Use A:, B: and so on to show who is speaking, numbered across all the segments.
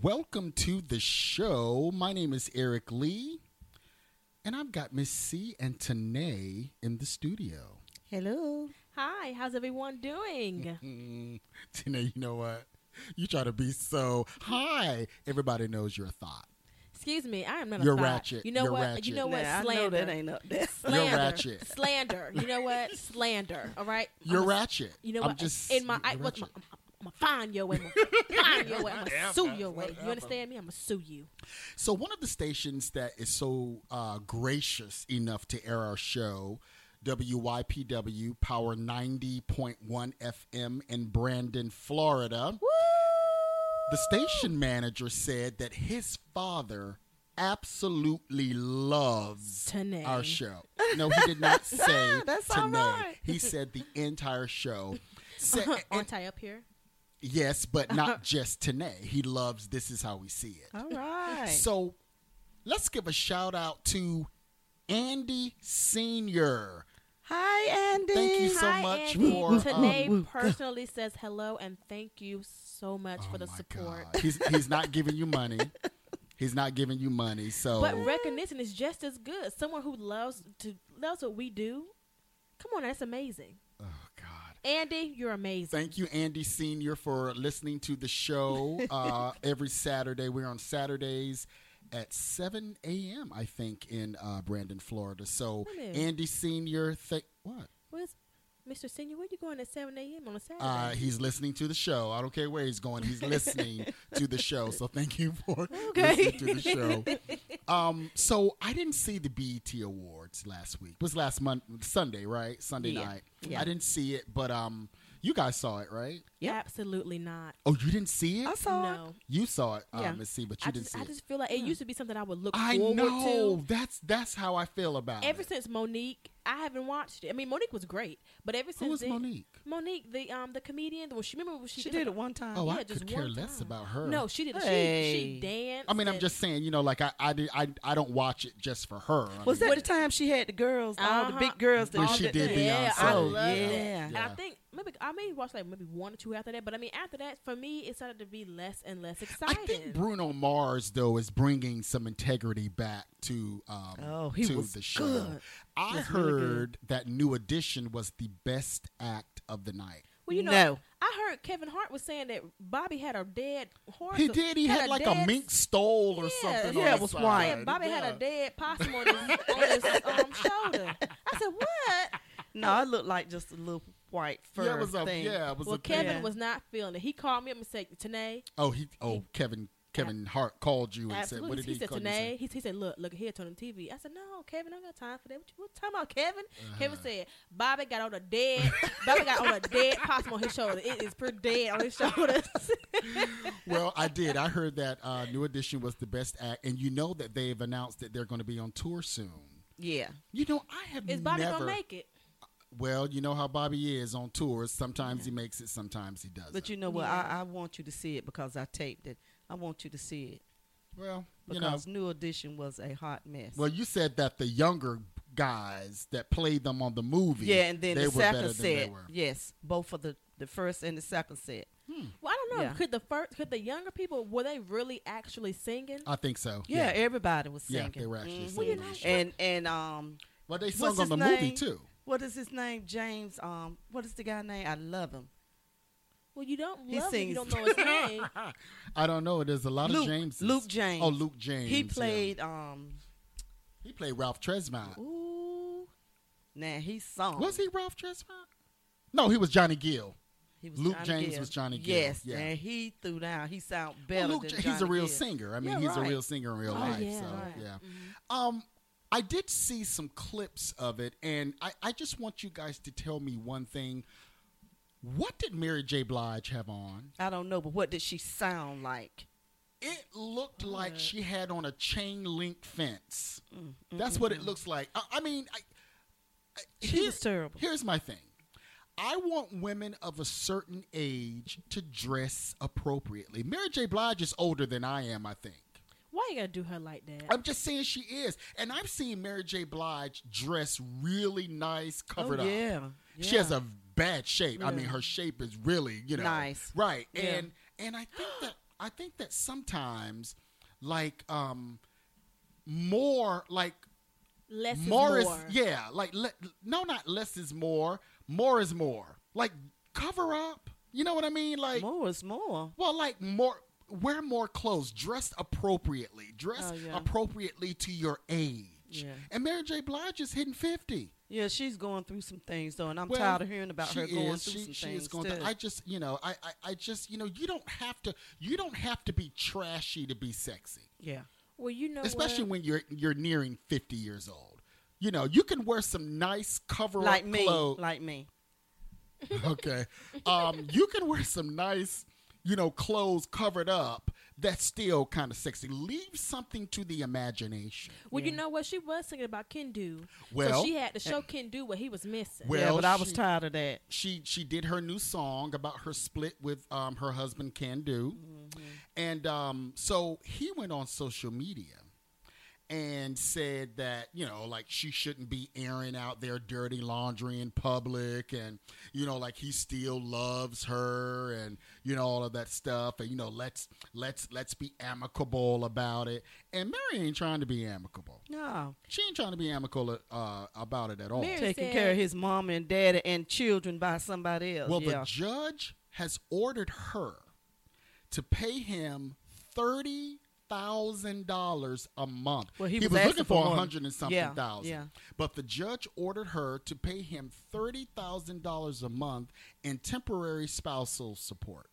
A: Welcome to the show. My name is Eric Lee, and I've got Miss C and Tanae in the studio.
B: Hello.
C: Hi, how's everyone doing?
A: Mm, Tanae, you know what? You try to be so hi. Everybody knows your thought.
C: Excuse me, I am not
A: You're
C: a thought.
A: ratchet.
C: You know
A: You're
C: what?
A: ratchet.
C: You know what?
B: Nah, I know
C: slander.
B: that ain't up there.
C: slander.
A: ratchet.
C: Slander. You know what? Slander. All right.
A: You're
C: I'm a-
A: ratchet.
C: You know
A: I'm
C: what?
A: Just
C: in my, I,
A: you're
C: what, I'm,
A: ratchet.
C: I'm, gonna find your way. I'm gonna find your way. I'm gonna
A: Whatever,
C: sue your way.
A: whatever.
C: You understand me? I'm gonna sue you.
A: So one of the stations that is so uh, gracious enough to air our show, WYPW Power 90.1 FM in Brandon, Florida. The station manager said that his father absolutely loves
C: Tanae.
A: our show. No, he did not say
B: That's all
A: Tanae.
B: right.
A: He said the entire show. Sa-
C: On tie up here.
A: yes, but not just Tanae. He loves This Is How We See It.
B: All right.
A: So let's give a shout out to Andy Sr.
B: Hi, Andy.
A: Thank you so
C: Hi,
A: much
C: Andy.
A: for, um,
C: Today personally says hello and thank you so much
A: Oh
C: for the
A: my
C: support.
A: God. He's, he's not giving you money. He's not giving you money. So
C: But recognition is just as good. Someone who loves to loves what we do. Come on, that's amazing.
A: oh God.
C: Andy, you're amazing.
A: Thank you, Andy Sr., for listening to the show uh, every Saturday. We're on Saturdays at 7 a.m., I think, in uh, Brandon, Florida. So,
C: Really?
A: Andy Sr., thank what?
C: Where's Mr. Senior? Where you going at 7 a.m. on a Saturday?
A: Uh, he's listening to the show. I don't care where he's going. He's listening to the show. So thank you for listening to the show. Um, so I didn't see the BET Awards last week. It was last month, Sunday, right? Sunday
B: Yeah.
A: night.
B: Yeah.
A: I didn't see it, but um, you guys saw it, right?
B: Yep.
C: Absolutely not.
A: Oh, you didn't see it?
B: I saw it.
C: no.
A: You saw it, uh,
B: Yeah.
A: Miss C, but you
C: I
A: didn't
C: just,
A: see
C: I
A: it.
C: just feel like it used to be something I would look
A: I
C: forward
A: know.
C: to.
A: That's that's how I feel about
C: Ever
A: it.
C: since Monique, I haven't watched it. I mean, Monique was great, but ever since
A: Who was
C: then-
A: Monique?
C: Monique, the um the comedian. Well, she remember when she,
B: She did it one time.
A: Oh,
C: Uh, yeah,
A: I
C: just
A: could care
C: one
A: less
C: time.
A: about her.
C: No, she did. She
B: Hey.
C: she danced.
A: I mean, I'm
C: and-
A: just saying, you know, like I I, did, I, I don't watch it just for her. I
B: Was
A: mean,
B: that the time she had the girls, all
C: Uh-huh.
B: the big girls? That
A: When
B: all
A: she
B: that-
A: did
C: Yeah,
A: Beyonce.
C: I
B: Oh,
C: love
B: yeah.
C: it. And
A: Yeah.
C: I think maybe I may watch like maybe one or two after that, but I mean after that, for me, it started to be less and less
A: I
C: exciting.
A: think Bruno Mars though is bringing some integrity back to um
B: Oh, he
A: to
B: was
A: the show.
B: good.
A: I
B: That's really good.
A: heard that New Edition was the best act of the night.
C: well, you know,
B: No.
C: I heard Kevin Hart was saying that Bobby had a dead horse.
A: He did. He had, like a
C: dead-
A: mink stole or something. on
B: yeah, it
A: the
B: was
A: side.
B: white.
C: Yeah, Bobby had
A: Yeah.
C: a dead possum on his, on his um, shoulder. I said, "What?"
B: No, it looked like just a little white fur
A: Yeah, it was a
B: thing.
A: yeah, it was
C: Well,
A: a thing.
C: Kevin
B: Yeah.
C: was not feeling it. He called me up and said, "Tanae,
A: Oh, he oh Kevin Kevin Hart called you and said, "What
C: Absolutely.
A: did
C: He,
A: he,
C: said,
A: call you?" He said,
C: "Today." He, he said, "Look, look here, turn on the TV." I said, "No, Kevin, I don't got time for that. What you what you talking about, Kevin?"
A: Uh-huh.
C: Kevin said, "Bobby got on a dead. Bobby got on a dead possum on his shoulder. It is pretty dead on his shoulders."
A: Well, I did. I heard that uh, New Edition was the best act, and you know that they've announced that they're going to be on tour soon.
B: Yeah.
A: You know, I have
C: is Bobby
A: never.
C: gonna make it?
A: Well, you know how Bobby is on tours. Sometimes he makes it, sometimes he doesn't.
B: But you know what?
C: Yeah.
B: I, I want you to see it because I taped it. I want you to see it
A: well, you know,
B: because New Edition was a hot mess.
A: well, you said that the younger guys that played them on the movie,
B: yeah, and then
A: they
B: the
A: were better
B: second
A: than they
B: set.
A: were.
B: Yes, both for the the first and the second set.
C: Well, I don't know.
B: Yeah.
C: Could the first, could the younger people were they really actually singing?
A: I think so.
B: Yeah, everybody was
A: yeah,
B: singing.
A: they were actually
B: Mhm.
A: singing.
C: Well, you know-
B: And and um,
A: well, they
B: what's
A: sung on
B: his
A: the movie
B: name?
A: too.
B: what is his name? James. Um, what is the guy name? I love him.
C: Well, you don't
B: He
C: love him.
B: sings.
C: You don't know his name.
A: I don't know. There's a lot of
B: Luke-
A: James.
B: Luke James.
A: Oh, Luke James.
B: He
A: yeah.
B: played. Um,
A: He played Ralph Tresvant.
B: ooh, now he sung.
A: Was he Ralph Tresvant? No, he was Johnny Gill.
B: He
A: Luke James was Johnny Gill,
B: Yes,
A: yeah.
B: and he threw down. He sound
A: Well,
B: better
A: Luke,
B: than
A: Ja-
B: Johnny
A: he's a real
B: Gill.
A: singer. I mean,
B: Yeah,
A: he's a
B: right.
A: real singer in real
B: Oh, Mm-hmm.
A: life.
C: yeah,
A: so
C: right.
A: yeah. Um, I did see some clips of it, and I, I just want you guys to tell me one thing. What did Mary J. Blige have on?
B: I don't know, but what did she sound like?
A: It looked like she had on a chain link fence.
B: Mm,
A: That's what it looks like. I, I mean, I, I-
B: mm-hmm. She was terrible.
A: Here's my thing. I want women of a certain age to dress appropriately. Mary J. Blige is older than I am, I think.
C: Why you gotta do her like that?
A: I'm just saying she is. And I've seen Mary J. Blige dress really nice, covered
B: oh, yeah,
A: up. She has
B: yeah.
A: a bad shape. I
B: Yeah.
A: mean, her shape is really, you know,
B: Nice.
A: right?
B: Yeah.
A: And and I think that I think that sometimes, like, um, more like
C: Less is
A: more
C: more.
A: is, yeah, like le- no, not less is more. More is more. Like cover up. You know what I mean? Like
B: More is more.
A: well, like more wear more clothes, dress appropriately, dress
B: Oh, yeah.
A: appropriately to your age.
B: Yeah.
A: And Mary J. Blige is hitting fifty.
B: Yeah, she's going through some things though, and I'm
A: Well,
B: tired of hearing about her going
A: is.
B: through some
A: she
B: things
A: Is going
B: too.
A: through- I just, you know, I, I, I just, you know, you don't have to, you don't have to be trashy to be sexy,
B: yeah,
C: Well, you know,
A: especially
C: what?
A: when you're you're nearing fifty years old. You know, you can wear some nice cover
B: like
A: up
B: me,
A: clothes.
B: like me.
A: okay, um, you can wear some nice, you know, clothes covered up. That's still kind of sexy. Leave something to the imagination.
C: Well, you
B: Yeah.
C: know what? She was thinking about Ken Do.
A: Well- uh,
C: so she had to show Ken Do what he was missing.
A: Well-
B: yeah, but I was
A: she-
B: tired of that.
A: she she did her new song about her split with um, her husband Can Do, and um, so he went on social media and said that you know like she shouldn't be airing out their dirty laundry in public and you know like he still loves her and you know all of that stuff and you know let's let's let's be amicable about it and mary ain't trying to be amicable
B: No,
A: she ain't trying to be amicable uh, about it at all
C: Mary
B: taking
C: said-
B: care of his mom and daddy and children by somebody else.
A: Well,
B: yeah.
A: the judge has ordered her to pay him thirty thousand dollars a month.
B: Well, he was asking
A: looking
B: for
A: for a
B: more.
A: hundred and something
B: Yeah,
A: thousand,
B: yeah.
A: but the judge ordered her to pay him thirty thousand dollars a month in temporary spousal support.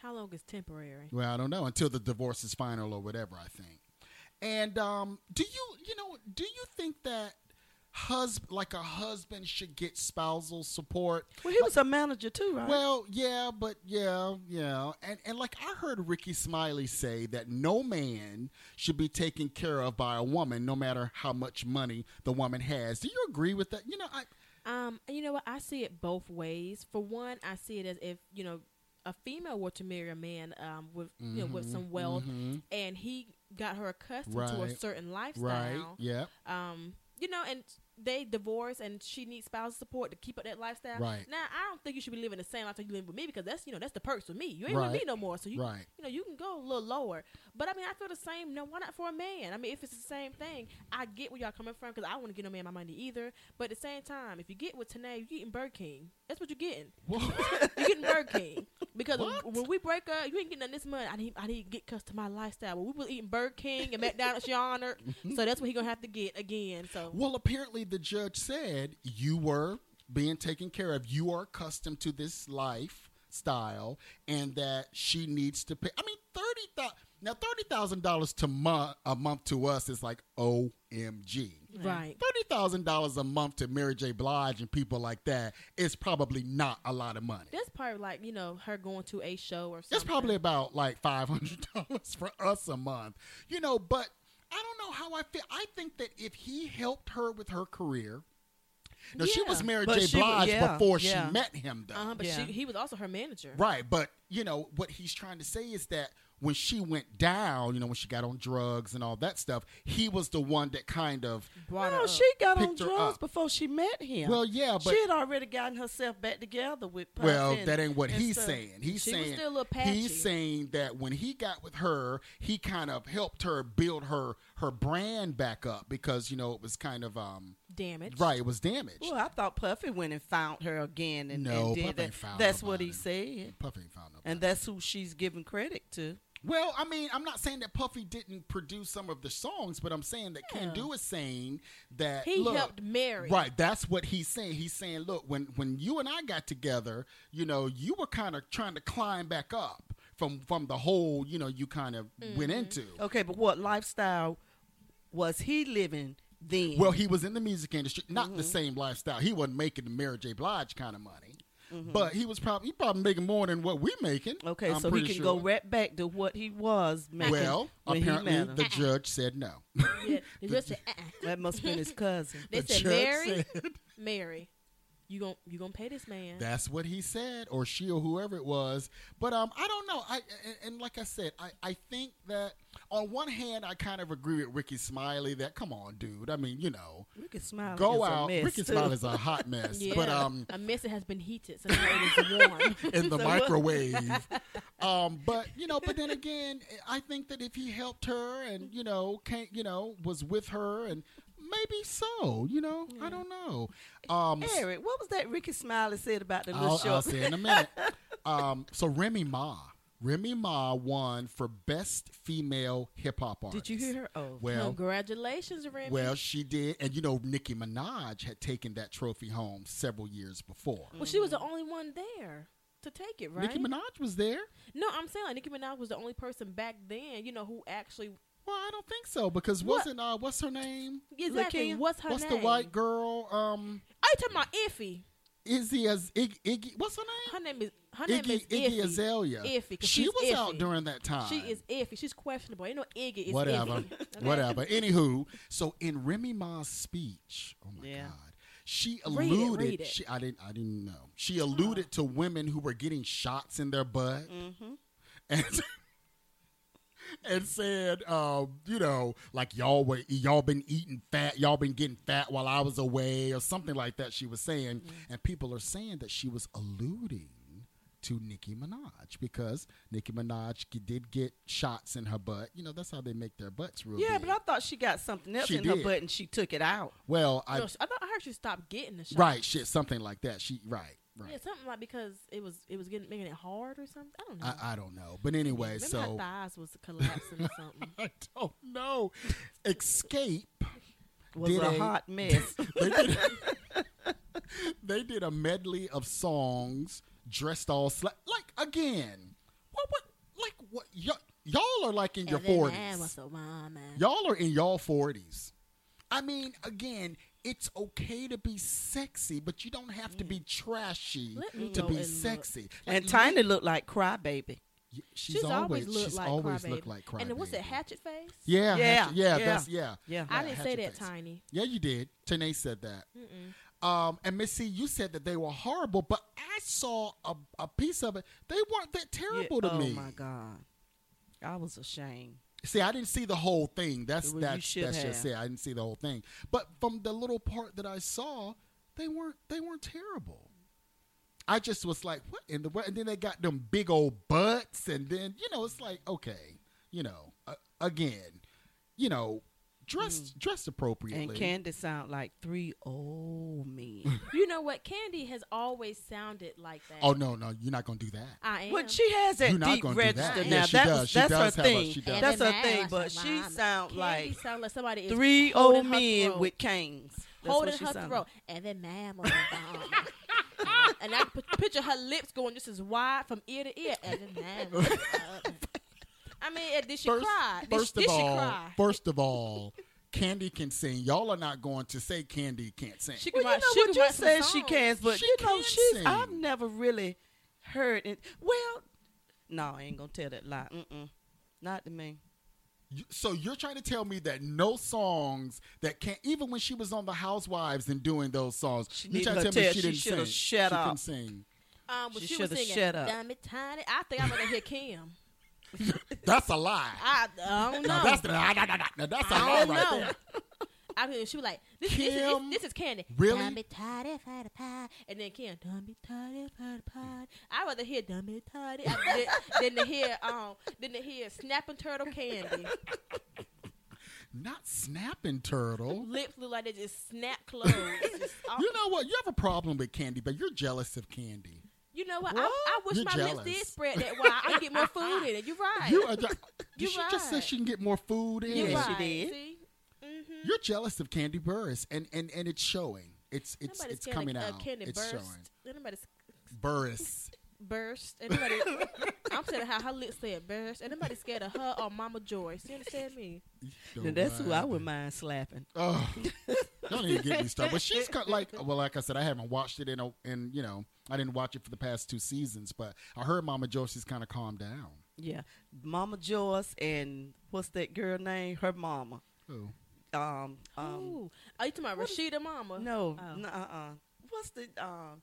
C: How long is temporary?
A: Well, I don't know until the divorce is final or whatever. I think. And um, do you you know do you think that hus like a husband should get spousal support?
B: well, he was a manager too, right?
A: Well, yeah, but yeah, yeah, and and like I heard Ricky Smiley say that no man should be taken care of by a woman, no matter how much money the woman has. Do you agree with that? You know, I
C: Um, you know what? I see it both ways. For one, I see it as if you know a female were to marry a man um, with you know with some wealth,
A: mhm.
C: and he got her accustomed to a
A: Right.
C: certain
A: right,
C: lifestyle.
A: yeah,
C: Um, you know, and they divorce, and she needs spousal support to keep up that lifestyle.
A: Right.
C: Now, I don't think you should be living the same lifestyle you live with me because that's you know that's the perks with me. You ain't with me
A: Right.
C: no more, so you
A: right.
C: you know, you can go a little lower. But I mean, I feel the same. No, why not for a man? I mean, if it's the same thing, I get where y'all coming from because I don't want to get no man my money either. But at the same time, if you get with Tanae, you getting Burger King. That's what you're getting. You're getting Burger King because when-
A: What?
C: when we break up, you ain't getting none this money. I need, I need to get cussed to my lifestyle. Well, we was eating Burger King and McDonald's, Your Honor. So that's what he gonna have to get again. So
A: Well, apparently the judge said you were being taken care of. You are accustomed to this lifestyle, and that she needs to pay. I mean, thirty thousand now thirty thousand dollars to month a month to us is like OMG.
C: right.
A: Thirty thousand dollars a month to Mary J. Blige and people like that is probably not a lot of money.
C: That's probably like you know her going to a show or something.
A: That's probably about like five hundred dollars for us a month, you know. But I don't know how I feel. I think that if he helped her with her career, now she was
C: Yeah.
A: Mary
B: But
A: J.
B: she w-
A: Blige
B: yeah,
A: before
B: yeah.
A: she met him, though.
C: Uh-huh, but
B: Yeah.
C: she, he was also her manager.
A: Right, but you know what he's trying to say is that when she went down, you know, when she got on drugs and all that stuff, he was the one that kind of
C: Brought her
B: no,
C: up.
B: she got on
A: Picked her
B: drugs
A: up.
B: before she met him.
A: well, yeah, but
B: she had already gotten herself back together with. Puff
A: Well,
B: and-
A: that ain't what
B: and
A: he's
B: stuff.
A: saying. He's
C: She was
A: saying
C: still a little patchy.
A: he's saying that when he got with her, he kind of helped her build her her brand back up because you know it was kind of um
C: Damn it.
A: right, it was damaged.
B: Well, I thought Puffy went and found her again, and,
A: No,
B: and did
A: Puff
B: that.
A: ain't found
B: That's what
A: nobody.
B: he said,
A: Puffy ain't found nobody.
B: and that's who she's giving credit to.
A: well, I mean, I'm not saying that Puffy didn't produce some of the songs, but I'm saying that
C: Yeah.
A: Can Do is saying that
C: He
A: look,
C: helped Mary.
A: Right, that's what he's saying. He's saying, look, when when you and I got together, you know, you were kind of trying to climb back up from from the hole, you know, you kind of
C: Mm-hmm.
A: went into.
B: Okay, but what lifestyle was he living then?
A: Well, he was in the music industry, not
B: Mm-hmm.
A: the same lifestyle. He wasn't making the Mary J. Blige kind of money, but he was probably he probably making more than what we making.
B: Mm-hmm. okay,
A: I'm
B: so he
A: pretty
B: can
A: sure.
B: go right back to what he was making.
A: Well,
B: when he met
A: apparently
B: her.
A: the judge said no.
C: Yeah, they just said, uh-uh.
B: that must have been his cousin.
C: They
A: The
C: said,
A: judge
C: Mary,
A: said-
C: Mary, you gon' you gonna pay this man.
A: That's what he said, or she, or whoever it was. But um, I don't know. I and, and like I said, I I think that on one hand, I kind of agree with Ricky Smiley that come on, dude. I mean, you know,
B: Ricky Smiley.
A: go
B: is
A: out.
B: A mess
A: Ricky
B: too.
A: Smiley is a hot mess, but um,
C: I miss it has been heated, so now it is warm.
A: in the
B: So what-
A: microwave. um, but you know, but then again, I think that if he helped her and you know, can't you know, was with her and maybe so, you know, I don't know. Um,
B: Eric, what was that Ricky Smiley said about the little
A: I'll, I'll
B: short?
A: say in a minute. um, so Remy Ma, Remy Ma won for best female hip hop artist.
B: Did you hear her? Oh,
A: Well,
C: Congratulations, Remy.
A: well, she did, and you know, Nicki Minaj had taken that trophy home several years before.
C: Well, she was the only one there to take it, right?
A: Nicki Minaj was there.
C: no, I'm saying like Nicki Minaj was the only person back then, you know, who actually
A: Well, I don't think so because
C: What?
A: wasn't uh, what's her name?
C: exactly
B: Lakeith?
C: what's her
A: what's
C: name?
A: the white girl? Um,
C: Are you talking about Iffy?
A: Izzy as Ig- Iggy. What's her name?
C: Her name is her name
A: Iggy Iggy
C: is Iffy.
A: Azalea.
C: Iffy, 'cause
A: she
C: she's
A: was out
C: iffy.
A: during that time.
C: She is Iffy. She's questionable. Ain't no Iggy. It's
A: whatever,
C: Iffy. Okay?
A: whatever. Anywho, so in Remy Ma's speech, oh my
B: Yeah.
A: god, she
C: Read it,
A: alluded.
C: read it.
A: She, I didn't, I didn't know. She alluded to women who were getting shots in their butt,
B: Mm-hmm.
A: and and said, um, you know, like y'all were y'all been eating fat, y'all been getting fat while I was away, or something like that. She was saying,
B: Mm-hmm.
A: and people are saying that she was alluding. To Nicki Minaj because Nicki Minaj g- did get shots in her butt. You know that's how they make their butts real.
B: yeah,
A: big.
B: but I thought she got something else
A: She
B: in
A: did.
B: her butt and she took it out.
A: Well, I
C: No, I, thought I heard she stopped getting the shot.
A: right shit something like that. She right right.
C: Yeah, something like because it was it was getting making it hard or something. I don't know.
A: I, I don't know, but anyway,
C: Maybe her
A: so
C: thighs was collapsing or something.
A: I don't know. Escape.
B: Was
A: Did
B: a
A: I-
B: hot mess.
A: They did, they did a medley of songs dressed all sla- like again. What what like what y'all, y'all are like in your forties. Y'all are in y'all forties. I mean, again, it's okay to be sexy, but you don't have to be trashy
C: Mm. Let me
A: to
C: go
A: be
C: and look.
A: sexy. Like,
B: and Tiny looked like crybaby.
A: Y- She's,
C: She's,
A: always,
C: always, looked
A: she's
C: like
A: always
C: crybaby.
A: looked like crybaby.
C: And then what's that hatchet face?
A: Yeah,
B: Yeah,
A: hatchet- yeah,
B: yeah.
A: that's yeah.
B: Yeah.
A: Yeah,
C: I didn't say
A: hatchet
C: that,
A: face.
C: Tiny.
A: Yeah, you did. Tanae said that. Um, and Missy, you said that they were horrible, but I saw a, a piece of it. They weren't that terrible
B: Yeah,
A: to
B: oh
A: me.
B: my god, I was ashamed.
A: See, I didn't see the whole thing. That's
B: Well, you
A: that's
B: should
A: that's just
B: have.
A: it. I didn't see the whole thing. But from the little part that I saw, they weren't they weren't terrible. I just was like, what in the world? And then they got them big old butts, and then you know, it's like, okay, you know, uh, again, you know, dressed dressed appropriately.
B: Mm. And Candy sound like three old men.
C: You know what? Candy has always sounded like that.
A: oh no, no, you're not gonna do that.
C: I am.
B: but she has that
A: You're not
B: deep
A: gonna do that.
B: register
C: Yeah,
B: now.
A: she
B: that
A: does.
B: was,
A: She
B: that's
A: does
B: her
A: have a-
B: thing.
A: she does.
B: That's her
C: Candy
B: thing.
C: sound
B: But
C: like
B: she
C: mama.
B: sound
C: Candy
B: like
C: sound like somebody is
B: three
C: holding
B: old
C: her
B: men
C: throat.
B: with canes. That's
C: holding
B: what she
C: her
B: sound
C: throat,
B: like.
C: and then mama. and I p- picture her lips going just as wide from ear to ear, and then mama. I mean, and did she cry? Did,
A: first
C: she, did
A: of
C: she
A: all,
C: cry?
A: first of all, Candy can sing. Y'all are not going to say Candy can't sing.
C: She can
B: Well,
C: write.
B: you know
C: she
B: what
C: can
B: you
C: write some
B: said she
C: songs.
B: can, but
A: She
B: you know
A: can
B: she's.
A: sing.
B: I've never really heard it. Well, no, I ain't gonna tell that lie. Mm-mm. Not to me.
A: You- So you're trying to tell me that no songs that can't even when she was on the Housewives and doing those songs,
B: She
A: you trying to
B: needed
A: tell
B: her
A: me
B: test.
A: she
B: She
A: didn't sing?
B: should've shut
A: she
B: up.
A: couldn't sing.
C: Um, but
B: She
C: she, was
B: shoulda
C: singing.
B: shut up.
C: Dumb and tiny. I think I'm gonna hear Kim.
A: That's a lie.
C: I, I don't know.
A: Now that's the, nah, nah, nah, nah, nah, that's a
C: I
A: lie
C: don't
A: right
C: know.
A: there.
C: I mean, she was like, this, this, is-
A: Kim?
C: this, this is candy.
A: Really?
C: Dummy toddy for the pie. And then Kim, dummy toddy for the pie. I'd rather hear dummy toddy than, than to hear, um, than to hear snapping turtle candy.
A: Not snapping turtle.
C: Lips look like they just snap closed. Just all-
A: You know what? You have a problem with Candy, but you're jealous of Candy.
C: you know what? I,
B: What?
C: I wish
A: You're
C: my
A: jealous.
C: lips did spread that wide. I get more food in it. You're right.
A: You are. Did
C: You
A: she just say
C: right.
A: she can get more food in?
C: You're
B: Yeah,
C: right.
B: she did.
C: See? Mm-hmm.
A: You're jealous of Candy Burris, and and and it's showing. It's it's
C: Nobody's
A: it's
C: candy-
A: coming
C: uh,
A: out.
C: Candy
A: it's
C: burst.
A: showing.
C: Nobody's
A: Burris.
C: burst. Anybody, I'm saying how her lips said burst. Anybody scared of her or Mama Joyce? You understand me?
B: Now, that's who I would mind slapping.
A: Oh, don't even get me started. But she's kind like, well, like I said, I haven't watched it in, a, in you know, I didn't watch it for the past two seasons. But I heard Mama Josie's kind of calmed down.
B: Yeah, Mama Joyce and what's that girl name? Her mama.
A: Oh,
B: Um, um,
C: Ooh, are you talking about
B: what is-
C: Rashida Mama?
B: no, uh-uh.
C: Oh.
B: uh, uh, what's the um,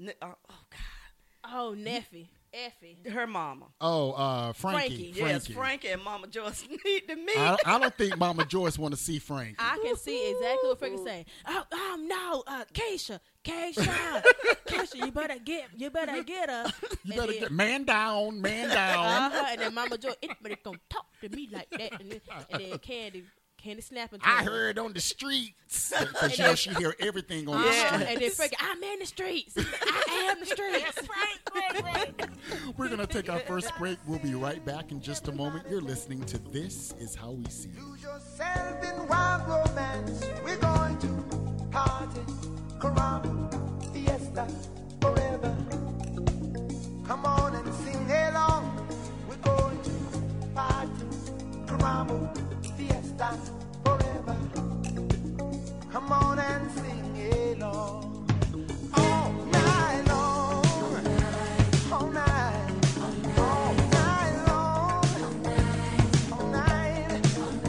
B: n- uh, oh god,
C: Oh, Neffy. Effie.
B: Her mama.
A: Oh, uh, Frankie.
B: Frankie, yes, Frankie and Mama Joyce need to meet.
A: I, I don't think Mama Joyce want to see Frankie.
C: I can see exactly what Frankie's saying. Oh, um, no, uh, Keisha, Keisha, Keisha, you better get, you better get her.
A: you
C: And
A: better
C: then-
A: get man down, man down.
C: Uh-huh, and then Mama Joy, anybody gonna talk to me like that? And then, and then Candy, Candy snapping. to
A: I
C: her.
A: heard on the streets because you know she hear everything on
C: Uh-huh,
A: the
B: Yeah.
A: street.
C: And then Frankie, I'm in the streets. I am the streets.
A: We're going to take our first break. We'll be right back in just a moment. You're listening to This Is How We See It.
D: Lose yourself in wild romance. We're going to party, caramba, fiesta, forever. Come on and sing along. We're going to party, caramba, fiesta, forever. Come on and sing along. All night long. All night. All night long. All night, all night long,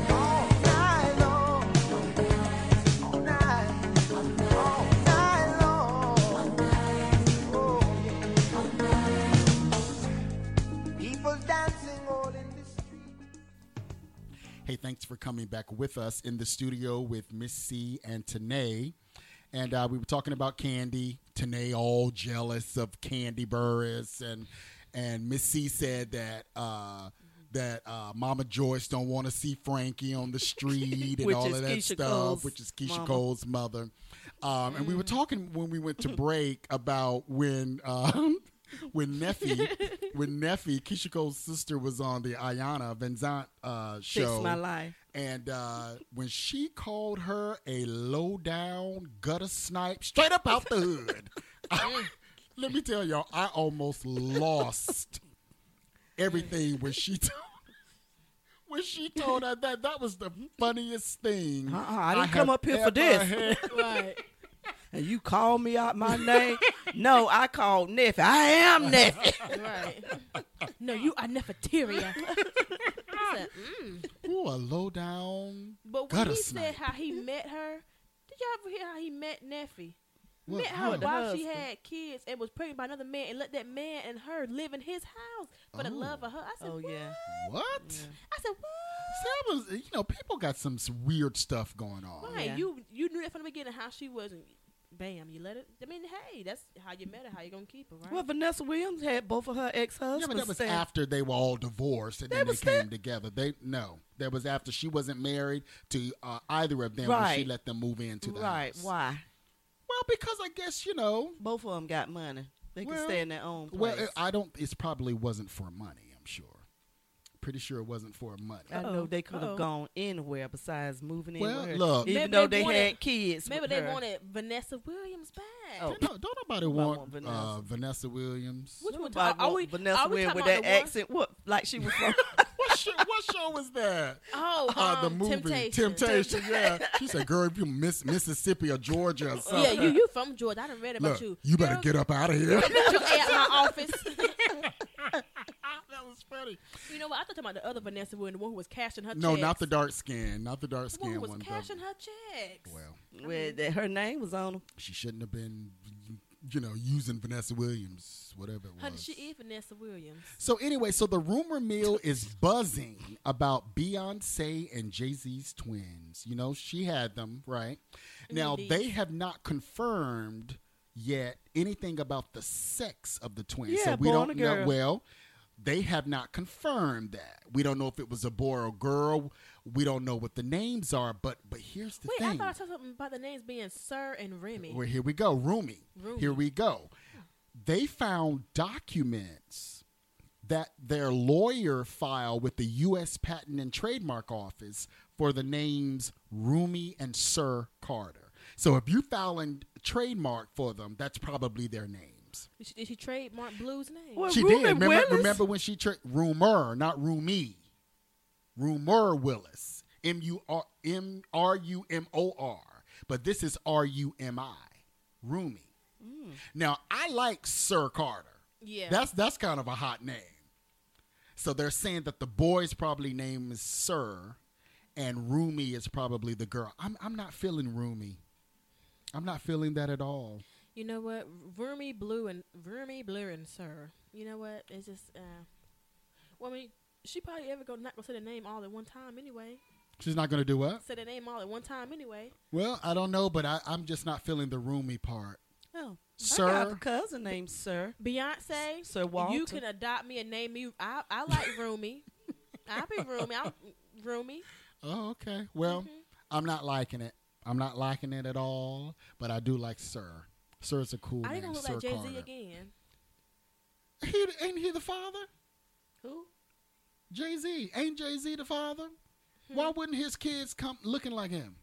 D: all night, all night long. Oh yeah. People dancing all in the street.
A: Hey, thanks for coming back with us in the studio with Miss C and Tanae. And uh, we were talking about Candy. Tanae all jealous of Candy Burris, and and Miss C said that uh, that uh, Mama Joyce don't want to see Frankie on the street and
B: Which
A: all
B: is
A: of that
B: Keisha
A: stuff,
B: Cole's
A: which is Keisha
B: mama.
A: Cole's mother. Um, and we
B: Mm.
A: were talking when we went to break about when um, when Neffy when Neffy Keisha Cole's sister was on the Ayana Benzant uh,
B: Fix
A: show.
B: my life.
A: And uh, when she called her a low down gutter snipe, straight up out the hood, I- let me tell y'all, I almost lost everything when she told when she told her that. That was the funniest thing.
B: Uh-uh, I didn't
A: have
B: come up here for
A: ever
B: this.
A: had.
C: Right.
B: And you call me out my name? no, I called Neffy. I am Neffy.
C: Right. No, you are Nefertaria. I said, "Mm."
A: Ooh, a low down.
C: but when
A: Gutter
C: he
A: snipe.
C: said how he met her, did y'all ever hear how he met Neffy?
A: What,
C: met her
A: huh?
C: while she
B: husband.
C: had kids and was pregnant by another man and let that man and her live in his house for the
A: Oh.
C: love of her. I said,
B: oh
C: what?
B: yeah.
A: What?
C: I said, what?
A: That was, you know, people got some s- weird stuff going on.
C: Right.
B: Oh, Yeah.
C: You you knew that from the beginning how she was, and bam, you let it. I mean, hey, that's how you met her. How you gonna keep her, right?
B: Well, Vanessa Williams had both of her ex
A: Yeah, but
B: husbands.
A: that was after they were all divorced, and
B: They
A: then they
B: was
A: came
B: that-
A: together. They no, that was after she wasn't married to uh, either of them when she
B: Right.
A: let them move into the
B: right?
A: house.
B: Why?
A: Well, because I guess you know.
B: Both of them got money. They
A: Well-
B: can stay in their own place.
A: Well, I don't. It probably wasn't for money. I'm sure. Pretty sure it wasn't for money.
B: I
C: Uh-oh.
B: know they could
C: Uh-oh.
B: have gone anywhere besides moving in.
A: Well,
B: with her,
A: look.
B: even
C: Maybe
B: though
C: they
B: they
C: wanted-
B: had kids.
C: Maybe
B: with
C: they
B: her.
C: wanted Vanessa Williams back.
B: Oh.
A: Don't, don't nobody
B: Nobody
A: want,
B: want
A: Vanessa.
B: Vanessa.
A: Uh, Vanessa Williams.
C: Which one?
B: Nobody
C: Are, are
B: want
C: we,
B: Vanessa
C: are we
B: Williams
C: talking
B: with
C: about
B: that
C: the one-
B: accent. What? Like she was from?
A: what, show, what show was that?
C: Oh,
A: Uh, the
C: um,
A: movie
C: Temptation.
A: Temptation, Yeah, she said, "Girl, if you miss Mississippi or Georgia or
C: Yeah,
A: something,
C: you you from Georgia? I done read about
A: look,
C: you.
A: you better get up out of here."
C: get your ass out my office.
A: that was funny.
C: you know what? I thought about the other Vanessa Williams, the one who was cashing her.
A: No,
C: checks.
A: not the dark skin, not the dark
C: The one
A: skin
C: who
A: one.
C: was
A: but-
C: cashing her checks.
A: well,
B: Well, that her name was on them.
A: she shouldn't have been, you know, using Vanessa Williams, whatever it was.
C: Honey, she is Vanessa Williams.
A: So anyway, so the rumor mill is buzzing about Beyonce and Jay Z's twins. You know, she had them right. Now
C: Indeed.
A: they have not confirmed yet anything about the sex of the twins. so
B: Yeah,
A: we
B: boy
A: don't
B: and a
A: know.
B: girl.
A: Well, they have not confirmed that. We don't know if it was a boy or a girl. We don't know what the names are. But but here's the
C: Wait,
A: thing.
C: I thought I saw something about the names being Sir and Remy.
A: Well, here we go. Rumi.
C: Rumi.
A: Here we go. They found documents that their lawyer filed with the U.S. Patent and Trademark Office for the names Rumi and Sir Carter. So if you filing trademark for them, that's probably their names.
C: Did she, did she trademark Blue's name?
B: Well,
A: She
B: Rumi
A: did. Remember,
B: Willis?
A: remember when she tra- rumor, not Rumi, rumor Willis, M U R M R U M O R, but this is R U M I, Rumi. Now I like Sir Carter.
C: yeah.
A: That's that's kind of a hot name. So they're saying that the boy's probably name is Sir, and Rumi is probably the girl. I'm I'm not feeling Rumi. I'm not feeling that at all.
C: You know what? Roomy blue and roomy blurring, sir. You know what? It's just uh well I mean she probably ever go not gonna say the name all at one time anyway.
A: She's not going to do what?
C: Say the name all at one time anyway.
A: Well, I don't know, but I, I'm just not feeling the roomy part.
B: Oh, I got a
A: Sir,
B: cousin named Sir.
C: Beyonce
B: Sir Walter.
C: You can adopt me and name me I I like roomy. I be roomy. I roomy.
A: oh, okay. Well,
C: Mm-hmm.
A: I'm not liking it. I'm not liking it at all, but I do like Sir. Sir is a cool
C: I ain't
A: name.
C: gonna look
A: Sir
C: like Jay Z
A: Carter.
C: again.
A: He, ain't he the father?
C: Who?
A: Jay Z. Ain't Jay Z the father?
C: Hmm.
A: Why wouldn't his kids come looking like him?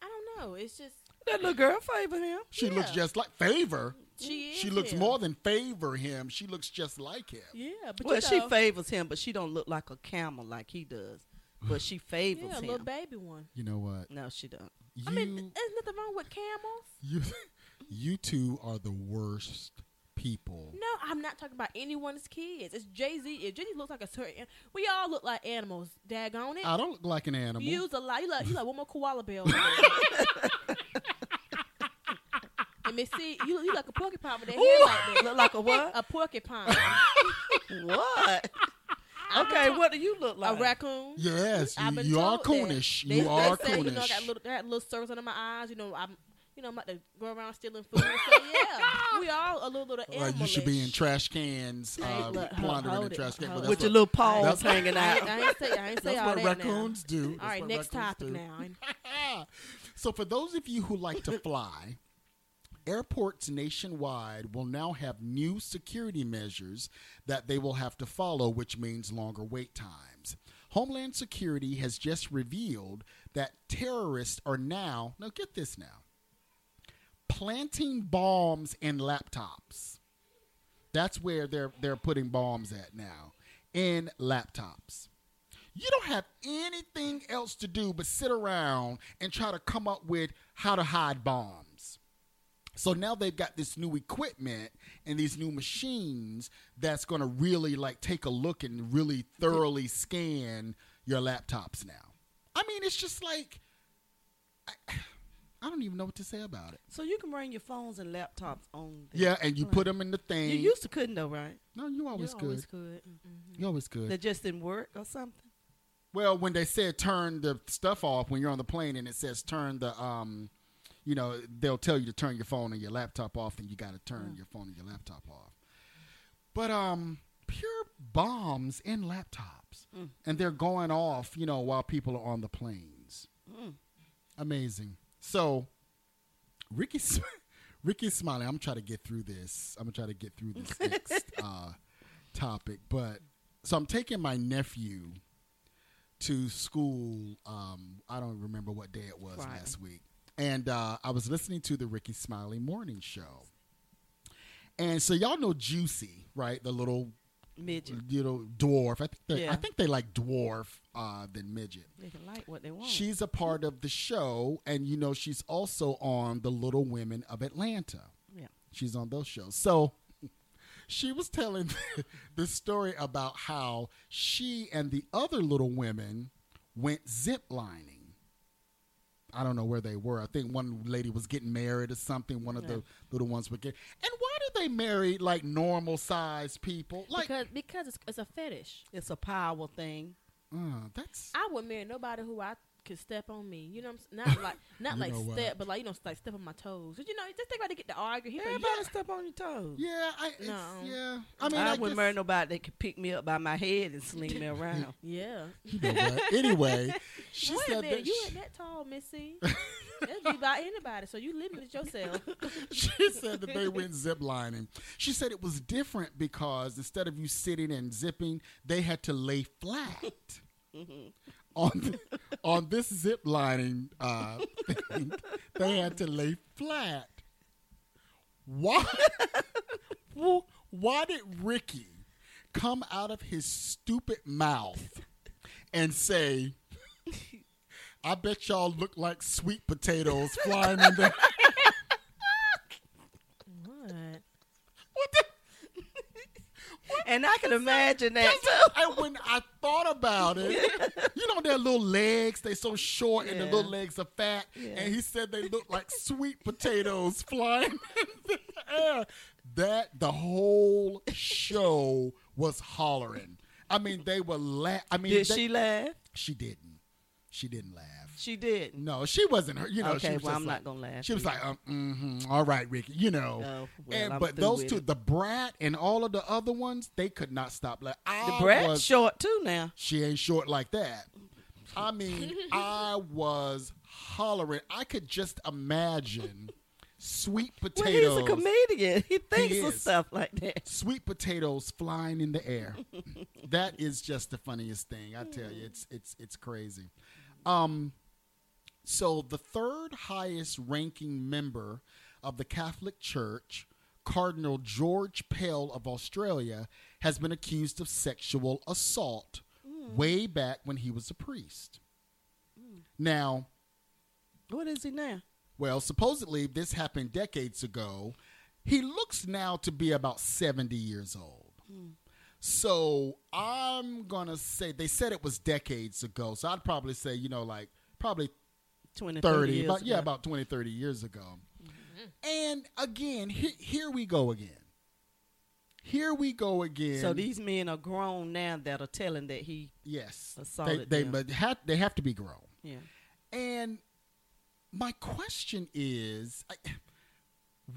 C: I don't know. It's just
B: That little girl favor him.
A: She looks
C: Yeah.
A: just like favor.
C: she is
A: She looks
C: him.
A: more than favor him. She looks just like him.
C: Yeah, but
B: well,
C: you
B: she
C: know,
B: favors him, but she don't look like a camel like he does. But she favors
C: yeah, a
B: him.
C: little baby one.
A: You know what?
B: no, she don't.
A: You,
C: I mean, there's nothing wrong with camels.
A: you, you two are the worst people.
C: No, I'm not talking about anyone's kids. It's Jay Z. If Jay Z looks like a certain, an- we all look like animals. Daggone it!
A: I don't look like an animal.
C: You's a lot. You like you like one more koala bear. And Miss C, you, you like a porcupine with that hair like that.
B: Look like a what?
C: A porcupine,
B: what? Okay, what do you look
C: a
B: like?
C: raccoon.
A: yes,
C: I've
A: you,
C: been
A: you are
C: told that.
A: coonish.
C: They,
A: you
C: they
A: are
C: say, You know, I
A: coonish.
C: got little, I got little circles under my eyes. You know, I'm, you know, I'm about to go around stealing food. so, yeah, we all a little little
A: Uh,
C: animal.
A: you should be in trash cans,
C: I ain't
A: uh,
C: look- hold-
A: plundering
C: hold
A: in
C: it,
A: trash cans.
C: hold
A: but
C: it.
B: With
A: that's
B: your
A: what-
B: little paws
A: that's-
B: hanging
C: I, ain't-
B: out.
C: I ain't say, I ain't say
A: That's
C: all
A: what
C: that
A: raccoons
C: now.
A: do. That's
C: All right,
A: what
C: next
A: raccoons
C: topic
A: do.
C: now.
A: So, for those of you who like to fly, airports nationwide will now have new security measures that they will have to follow, which means longer wait times. Homeland Security has just revealed that terrorists are now, now get this now, planting bombs in laptops. That's where they're they're putting bombs at now in laptops. You don't have anything else to do but sit around and try to come up with how to hide bombs. So now they've got this new equipment and these new machines that's going to really like take a look and really thoroughly scan your laptops now. I mean, it's just like I, I don't even know what to say about it.
B: So you can bring your phones and laptops on. There.
A: Yeah, and you put them in the thing.
B: You used to couldn't though, right?
A: no, you always
C: You're
A: good.
C: always good.
A: You always good.
B: That just didn't work or something.
A: Well, when they said turn the stuff off when you're on the plane and it says turn the um you know, they'll tell you to turn your phone and your laptop off and you gotta turn your phone and your laptop off. But um pure bombs in laptops. And they're going off, you know, while people are on the planes. Amazing. So Ricky Sm- Ricky Smiley, I'm gonna try to get through this. I'm gonna try to get through this next uh, topic. But so I'm taking my nephew to school. Um, I don't remember what day it was
B: Friday.
A: last week, and uh, I was listening to the Ricky Smiley morning show. And so y'all know Juicy, right? The little
B: Midget.
A: little dwarf. I think they, I
B: Yeah.
A: think they like dwarf uh, than midget.
B: They can like what they want.
A: She's a part of the show, and you know she's also on the Little Women of Atlanta.
B: yeah.
A: She's on those shows. So she was telling the story about how she and the other little women went zip lining. I don't know where they were. I think one lady was getting married or something. One of
B: Yeah.
A: the little ones would get. And why do they marry like normal sized people? Like
C: because because it's, it's a fetish.
B: It's a power thing.
A: uh, that's
C: I would marry nobody who I could step on me. You know, what I'm s- not like not
A: You
C: like
A: know
C: step,
A: what?
C: but like you know, like step on my toes. 'Cause, You know, just think about it. Get to argue. He like,
B: Everybody
C: yeah.
B: step on your toes.
A: yeah. I it's,
C: No.
A: yeah.
B: I,
A: I mean, I,
B: wouldn't
A: guess-
B: marry nobody that could pick me up by my head and sling me around.
C: yeah.
A: you know what? Anyway, she
C: Wait
A: said
C: a minute,
A: that
C: you
A: she-
C: ain't that tall, Missy. That'd be by anybody. So you limited yourself.
A: she said that they went zip lining. She said it was different because instead of you sitting and zipping, they had to lay flat on the, on this zip lining uh, thing. They had to lay flat. Why? wh- Why did Ricky come out of his stupid mouth and say? I bet y'all look like sweet potatoes flying in the
C: what?
B: and I can imagine that too.
A: and when I thought about it, you know their little legs, they so short and the
B: Yeah.
A: little legs are fat.
B: Yeah.
A: And he said they look like sweet potatoes flying. air. That the whole show was hollering. I mean, they were la- I mean,
B: Did
A: they-
B: she laugh?
A: She didn't. She didn't laugh.
B: She didn't.
A: No, she wasn't. Her, you know, she
B: okay,
A: was
B: well,
A: just
B: I'm
A: like,
B: not gonna laugh.
A: She was
B: either.
A: like, um, mhm, all right, Ricky, you know.
B: Oh, well,
A: and
B: I'm
A: but
B: through
A: those
B: with
A: two,
B: it.
A: the brat and all of the other ones, they could not stop. Like I
B: the breath
A: was,
B: short too now.
A: she ain't short like that. I mean, I was hollering. I could just imagine sweet
B: Well,
A: potatoes,
B: he's a comedian. He thinks of
A: is.
B: stuff like that.
A: sweet potatoes flying in the air. that is just the funniest thing. I tell you, it's it's it's crazy. Um, so the third highest ranking member of the Catholic Church, Cardinal George Pell of Australia, has been accused of sexual assault way back when he was a priest. Now,
B: What is he now?
A: well, supposedly this happened decades ago. He looks now to be about 70 years old.
B: Hmm.
A: So I'm going to say they said it was decades ago. So I'd probably say, you know, like probably
B: 20, 30,
A: 30,
B: years
A: about, yeah,
B: ago. Mm-hmm.
A: about 20, 30 years ago. And again, he, here we go again. Here we go again.
B: So these men are grown now that are telling that he,
A: yes, they,
B: assaulted
A: they,
B: them.
A: must have, they have to be grown.
B: yeah.
A: And my question is I-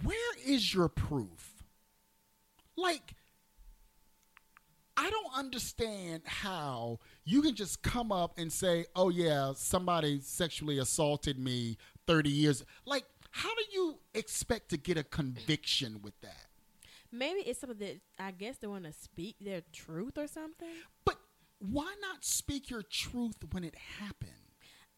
A: where is your proof? Like, I don't understand how you can just come up and say, oh, yeah, somebody sexually assaulted me 30 years. Like, how do you expect to get a conviction with that?
C: Maybe it's something that I guess they want to speak their truth or something.
A: But why not speak your truth when it happened?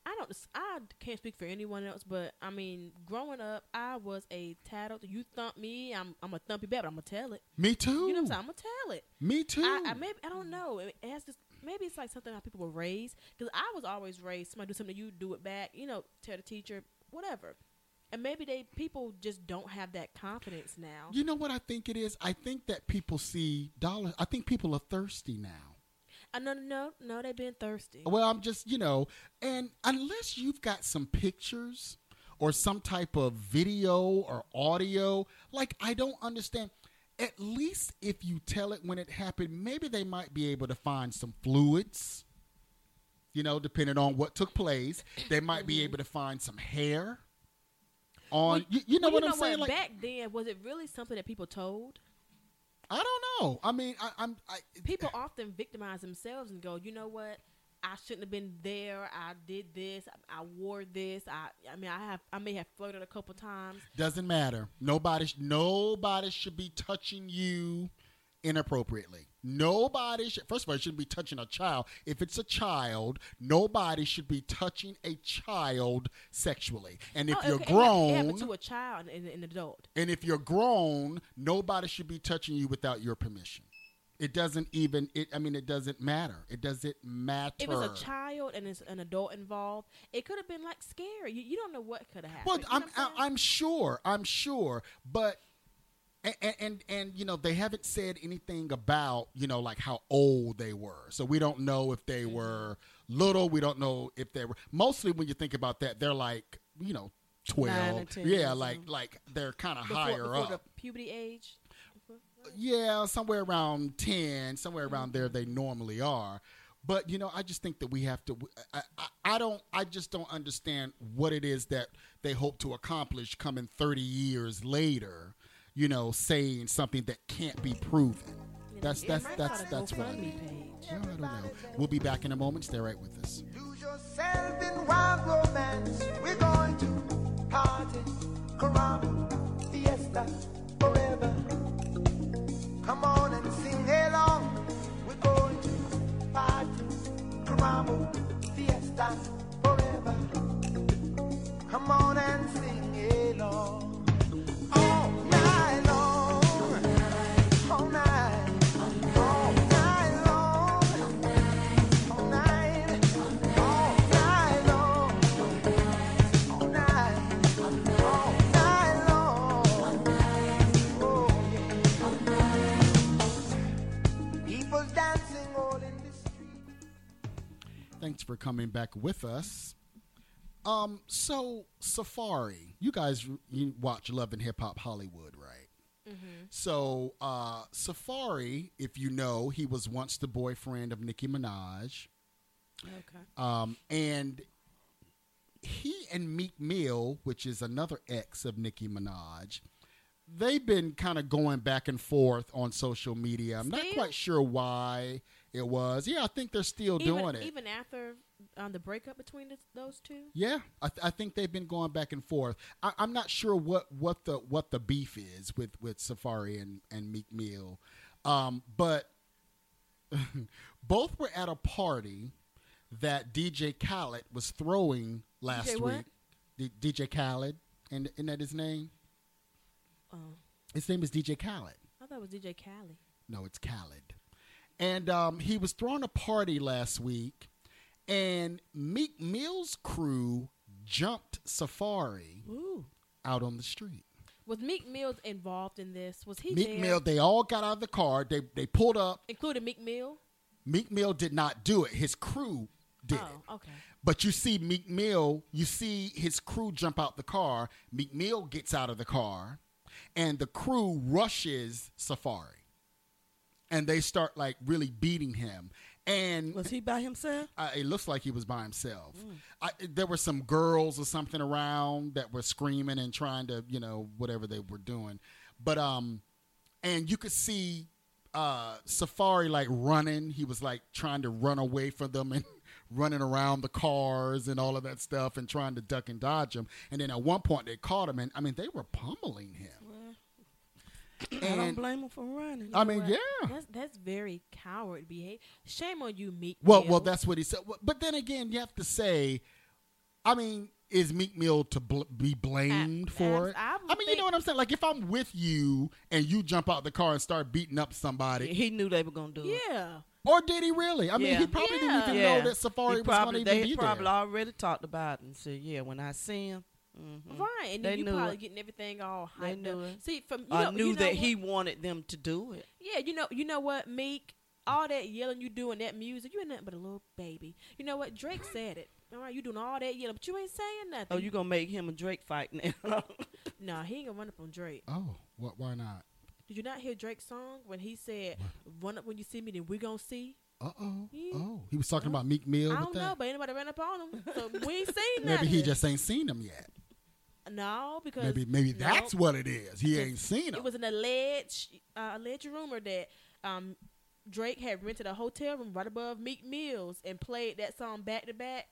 C: I don't. I can't speak for anyone else, but I mean, growing up, I was a tattled. You thump me, I'm I'm a thumpy back, but I'm gonna tell it.
A: Me too.
C: You know what I'm saying? I'm gonna tell it.
A: Me too.
C: I, I maybe I don't know. It it has this. Maybe it's like something how people were raised. Because I was always raised. Somebody do something, you do it back. You know, tell the teacher, whatever. And maybe they people just don't have that confidence now.
A: You know what I think it is? I think that people see dollars. I think people are thirsty now.
C: Uh, no, no, no, no. They've been thirsty.
A: Well, I'm just, you know, and unless you've got some pictures or some type of video or audio, like I don't understand. At least if you tell it when it happened, maybe they might be able to find some fluids, you know, depending on what took place. They might be able to find some hair on,
C: Well,
A: you, you know
C: Well,
A: what I'm saying? Like,
C: back then, was it really something that people told?
A: I don't know. I mean, I, I'm, I,
C: people often victimize themselves and go, you know what? I shouldn't have been there. I did this. I, I wore this. I, I mean, I have, I may have flirted a couple times.
A: Doesn't matter. Nobody, sh- nobody should be touching you inappropriately. Nobody should. First of all, you shouldn't be touching a child. If it's a child, nobody should be touching a child sexually. And if
C: Oh,
A: you're
C: okay, it hap- it happened
A: grown,
C: to a child and an adult.
A: and if you're grown, nobody should be touching you without your permission. It doesn't even. It. I mean, it doesn't matter. It doesn't matter.
C: If it's a child and it's an adult involved, it could have been like scary. You, you don't know what could have
A: Well,
C: happened. You
A: I'm,
C: know what
A: I'm
C: saying?
A: I'm sure, I'm sure, but and, and and you know they haven't said anything about you know like how old they were, so we don't know if
C: Mm-hmm.
A: they were little. We don't know if they were mostly when you think about that, they're like you know
B: Nine
A: twelve,
B: or 10
A: yeah,
B: or
A: like
B: something.
A: like they're kind of
C: before,
A: higher
C: before
A: up,
C: the puberty age.
A: yeah, somewhere around 10, somewhere around there they normally are. But you know, I just think that we have to. I, I, I don't. I just don't understand what it is that they hope to accomplish coming thirty years later. You know, saying something that can't be proven. That's that's that's that's what I mean. Well, I don't know. We'll be back in a moment. Stay right with us.
D: Lose yourself in wild romance. We're going to party, caramba, fiesta, forever. Come on and sing along. We're going to party, caramba, fiesta, forever. Come on and sing along. All night long. All night. All night long. All night, all night long, all night, all night long. Oh yeah. People dancing all in the street.
A: Thanks for coming back with us. Um, so Safari, you guys you watch Love and Hip Hop Hollywood, right?
C: Mm-hmm.
A: So uh, Safari, if you know, he was once the boyfriend of Nicki Minaj,
B: Okay.
A: um, and he and Meek Mill, which is another ex of Nicki Minaj, they've been kind of going back and forth on social media. I'm not
C: Still?
A: quite sure why it was. Yeah, I think they're still
C: even,
A: doing it.
C: even after um, the breakup between the, those two.
A: Yeah, I, th- I think they've been going back and forth. I, I'm not sure what, what the what the beef is with, with Safari and and Meek Mill, um, but both were at a party that DJ Khaled was throwing last
C: DJ what?
A: week. D- DJ Khaled, and isn't that his name?
C: Oh,
A: His name is DJ Khaled.
C: I thought it was DJ Cali.
A: No, it's Khaled. And um, he was throwing a party last week, and Meek Mill's crew jumped Safari
C: Ooh.
A: out on the street.
C: Was Meek Mills involved in this? Was he
A: Meek
C: there?
A: Mill, they all got out of the car. They, they pulled up.
C: including Meek Mill?
A: Meek Mill did not do it, his crew did it.
C: Oh, okay.
A: But you see Meek Mill, you see his crew jump out the car. Meek Mill gets out of the car, and the crew rushes Safari. And they start like really beating him. And
B: Was he by himself?
A: uh, it looks like he was by himself. I, there were some girls or something around that were screaming and trying to, you know, whatever they were doing. But um, and you could see uh, Safari like running. He was like trying to run away from them and running around the cars and all of that stuff and trying to duck and dodge them. And then at one point they caught him and I mean they were pummeling him.
B: I don't
A: And-
B: blame him for running.
A: I mean,
C: Well,
A: yeah.
C: That's that's very coward behavior. Shame on you, Meek.
A: Well,
C: Mill.
A: well, that's what he said. Well, But then again, you have to say, I mean, is Meek Mill to bl- be blamed
C: Ab-
A: for
C: abs-
A: it?
C: I
A: I,
C: would
A: mean, you
C: think-
A: know what I'm saying? Like, if I'm with you and you jump out the car and start beating up somebody,
B: he knew they were gonna do it.
C: yeah.
A: or did he really? I mean,
B: Yeah.
A: he probably didn't even
B: Yeah.
A: know that Safari
B: He
A: was going to
B: probably,
A: even
B: they
A: be
B: had probably
A: there.
B: already talked about it and said, "Yeah, when I see him, mhm.
C: Mm. Right, and
B: They
C: you
B: knew
C: probably
B: it.
C: getting everything all
B: They
C: hyped
B: knew
C: up.
B: it.
C: See, from you
B: I
C: know,
B: knew
C: you know
B: that
C: what?
B: he wanted them to do it."
C: Yeah, you know, you know what, Meek, all that yelling you doing, that music, you ain't nothing but a little baby. You know what? Drake said it. All right, you doing all that yelling, but you ain't saying nothing.
B: Oh, you gonna make him a Drake fight now?
C: Nah, he ain't gonna run up on Drake.
A: Oh, what? Why not?
C: Did you not hear Drake's song when he said, "Run up when you see me, then we gonna see."
A: Uh oh.
C: Yeah.
A: Oh, he was talking about Meek Mill
C: I
A: with
C: don't know,
A: that.
C: but anybody ran up on him, so we ain't seen nothing.
A: Maybe he just ain't seen him yet.
C: no because
A: Maybe maybe
C: no,
A: that's what it is. He ain't seen
C: it
A: him.
C: was an alleged uh, alleged rumor that um, Drake had rented a hotel room right above Meek Mills and played that song back to back.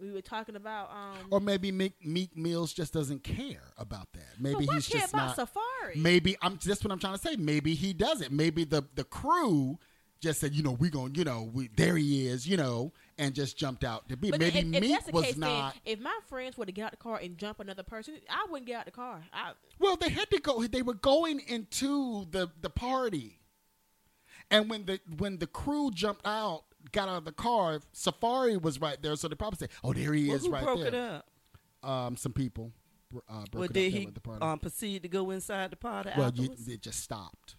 C: We were talking about um,
A: Or maybe Meek, Meek Mills just doesn't care about that.
C: but
A: Maybe
C: what
A: he's
C: care
A: just not.
C: about Safari.
A: Maybe I'm that's what I'm trying to say. Maybe he doesn't. Maybe the the crew just said, you know, we gonna, you know, we, there he is, you know, and just jumped out to be.
C: But
A: Maybe
C: if, if
A: Meek
C: that's the
A: was
C: case,
A: not.
C: Then, if my friends were to get out the car and jump another person, I wouldn't get out the car. I,
A: Well, they had to go. They were going into the the party, and when the when the crew jumped out, got out of the car, Safari was right there. So they probably said, oh, there he
B: Well,
A: is,
B: who
A: right
B: broke
A: there.
B: it up?
A: Um, some people uh, broke
B: Well,
A: it up
B: did
A: there
B: he
A: with the party.
B: um, proceed to go inside the party
A: well, you,
B: afterwards?
A: it just stopped.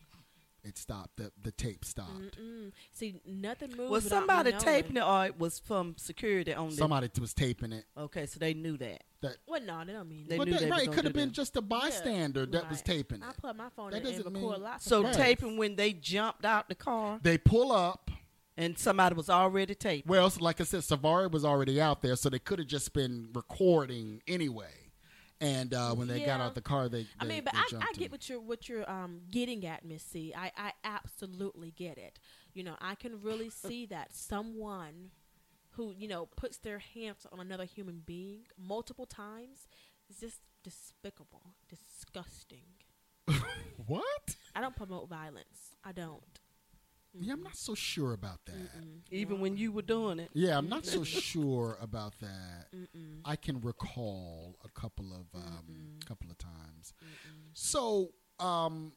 A: It stopped. The the tape stopped.
C: mm, see, nothing moves.
B: was
C: without me
B: somebody
C: knowing.
B: taping it, or it was from security on the?
A: Somebody was taping it.
B: Okay, so they knew that.
A: That
C: Well, no, they don't mean
B: They
C: that.
A: Well,
B: knew
A: that-
B: they was
A: right, it
B: gonna
A: could have
B: do
A: been
B: that.
A: just a bystander that was
C: Right.
A: taping
C: I
A: it.
C: put my phone
A: That
C: in and
A: doesn't
C: record
A: mean-
C: lots. of
B: So
A: Right.
C: things.
B: taping when they jumped out the car
A: They pull up.
B: and somebody was already taping.
A: Well, so like I said, Savari was already out there, so they could have just been recording anyway. And uh, when they got
C: Yeah.
A: out the car, they.
C: I
A: they-
C: mean, but
A: they
C: I,
A: jumped
C: I
A: him.
C: get what you're what you're um getting at, Miss C. I I absolutely get it. You know, I can really see that someone who you know puts their hands on another human being multiple times is just despicable, disgusting.
A: what?
C: I don't promote violence. I don't.
A: Yeah, I'm not so sure about that.
B: Even when you were doing it,
A: Yeah, I'm not so sure about that.
C: Mm-mm.
A: I can recall a couple of um, couple of times. So, um,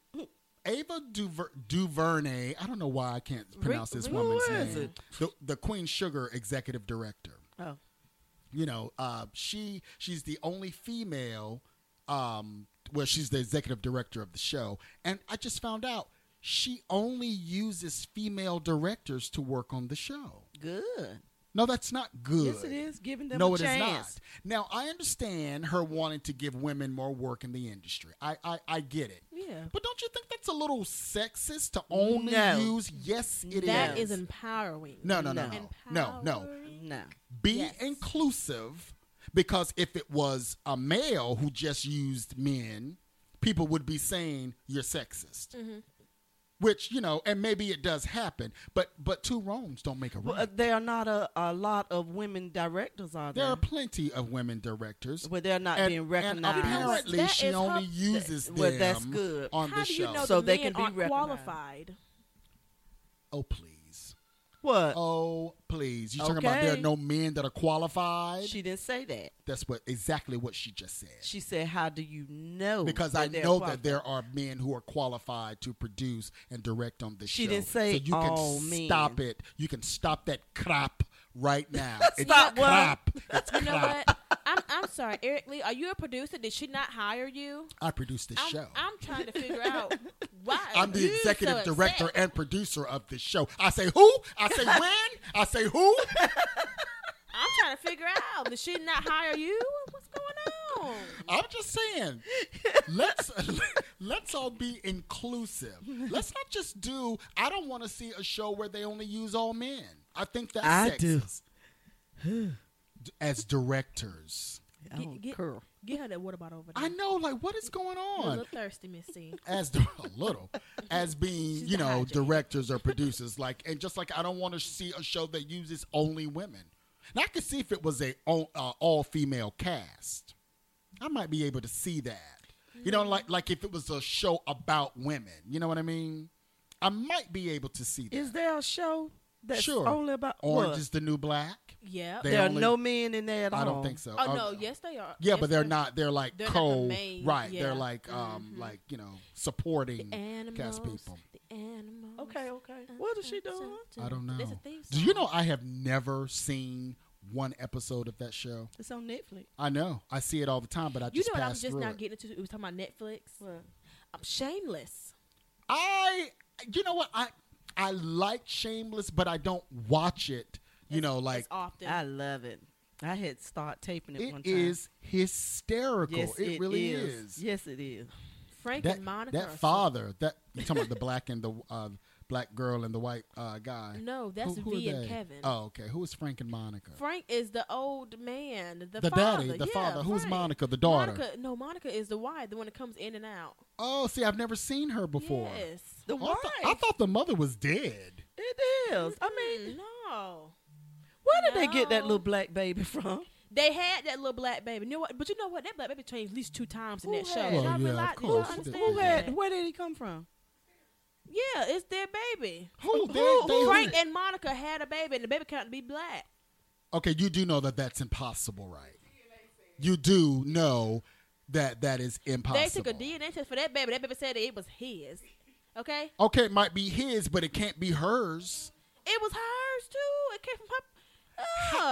A: Ava Duver- DuVernay. I don't know why I can't pronounce this
B: who
A: woman's
B: is
A: name.
B: it?
A: The, the Queen Sugar executive director.
B: oh,
A: you know, uh, she she's the only female. Um, well, she's the executive director of the show, and I just found out she only uses female directors to work on the show.
B: good.
A: No, that's not good.
B: Yes, it is giving them
A: No,
B: a
A: it is
B: chance.
A: not. Now, I understand her wanting to give women more work in the industry. I, I, I get it.
C: Yeah. Yeah.
A: But don't you think that's a little sexist to only
B: No.
A: use yes it is.
C: That
B: is.
C: is empowering.
A: No, no, no,
C: Empowering.
A: no, no.
B: No.
A: Be
C: Yes.
A: inclusive because if it was a male who just used men, people would be saying you're sexist. Which, you know, and maybe it does happen, but but two wrongs don't make a right.
B: Well, uh, there are not a, a lot of women directors, are
A: there
B: there?
A: are plenty of women directors.
B: Where they're not
A: and,
B: being
A: and
B: recognized.
A: apparently
C: That
A: she
C: is her-
A: only uses
B: well,
A: them
B: that's good.
A: on
C: How
A: the
C: do you
A: show.
C: know
B: So
C: the
B: they
C: men
B: can be
C: aren't
B: recognized.
C: qualified?
A: oh please.
B: what?
A: Oh, please. You talking about
B: Okay.
A: there are no men that are qualified?
B: She didn't say that.
A: That's what exactly what she just said.
B: She said, "How do you know?"
A: because
B: that
A: I
B: they're
A: know
B: qualified?"
A: that there are men who are qualified to produce and direct on this
B: She
A: show.
B: didn't say
A: so you
B: all
A: can
B: men.
A: stop it. You can stop that crap right now. it's
B: Stop what?
A: crap. It's
C: You know
A: crap.
C: what? I'm, I'm sorry, Eric Lee. Are you a producer? Did she not hire you?
A: I produce this
C: I'm,
A: show. I'm,
C: I'm trying to figure out why.
A: the
C: you
A: executive
C: so
A: director
C: upset.
A: and producer of this show. I say who? I say when? I say who?
C: I'm trying to figure out. Did she not hire you? What's going on?
A: I'm just saying, let's let's all be inclusive. Let's not just do. I don't want to see a show where they only use all men. I think that's
B: I do.
A: sexist. D- As directors,
B: I don't
C: Get-
B: curl.
C: Get her that water bottle over there.
A: I know like what is going
C: You're a
A: on.
C: little thirsty, Missy.
A: As the, a little, as being
C: She's
A: you know
C: dehydrated.
A: directors or producers, like and just like I don't want to see a show that uses only women. Now I could see if it was a all, uh, all female cast, I might be able to see that. You know, like like if it was a show about women. You know what I mean? I might be able to see that.
B: Is there a show that's
A: Sure.
B: only about
A: Orange
B: what?
A: is the New Black?
C: Yeah.
A: They-
B: there
A: only-
B: are no men in there at all.
A: I don't think so.
C: oh
A: Uh,
C: no, yes they are.
A: Yeah,
C: Yes,
A: but they're
C: they-
A: not. They're like
C: They're not the
A: co.
C: main,
A: Right.
C: yeah.
A: They're like um
B: Mm-hmm.
A: like you know supporting
C: The animals.
A: cast people.
C: The animals. Uh,
B: Okay, okay. What is she doing?
A: I don't know.
C: There's a theme
A: Do you
C: song.
A: know I have never seen one episode of that show?
B: It's on Netflix.
A: I know I see it all the time, but I
C: You
A: just
C: know what I'm
A: pass
C: just
A: through
C: now
A: it.
C: getting into? We were talking about Netflix. I'm shameless.
A: I you know what I I like Shameless, but I don't watch it. You know, like
C: It's often.
B: I love it. I had start taping it,
A: it
B: one time.
A: is hysterical.
B: Yes,
A: it, really is.
B: Yes, it is.
C: Frank
A: That,
C: and Monica. are
A: that
C: so-
A: father, that you talking about the black and the uh, black girl and the white uh, guy.
C: No, that's
A: Who- who
C: V
A: are
C: and
A: they?
C: Kevin.
A: Oh, okay. Who is Frank and Monica?
C: Frank is the old man, the,
A: the
C: father.
A: daddy, the
C: yeah,
A: father. Who's
C: Frank.
A: Monica? The daughter.
C: Monica, no, Monica is the wife, the one that comes in and out.
A: Oh, see, I've never seen her before.
C: Yes.
B: The
A: I,
B: wife.
A: thought, I thought the mother was dead.
B: it is. I mean,
A: Mm-hmm.
C: Mm, no.
B: where did they get that
C: No.
B: little black baby from?
C: They had that little black baby. You know what? But you know what? That black baby changed at least two times in
B: Who
C: that show.
B: had-
C: Y'all
A: Well, yeah,
C: realize-
A: of
C: y'all
A: course.
C: understand
B: Who had?
C: that?
B: Where did he come from?
C: Yeah, it's their baby.
A: Who? They,
C: Who,
A: they-
C: Frank and Monica had a baby, and the baby counted to be black.
A: okay, you do know that that's impossible, right? You do know that that is impossible.
C: They took a DNA test for that baby. That baby said that it was his. Okay,
A: Okay, it might be his, but it can't be hers.
C: it was hers too. It came from her.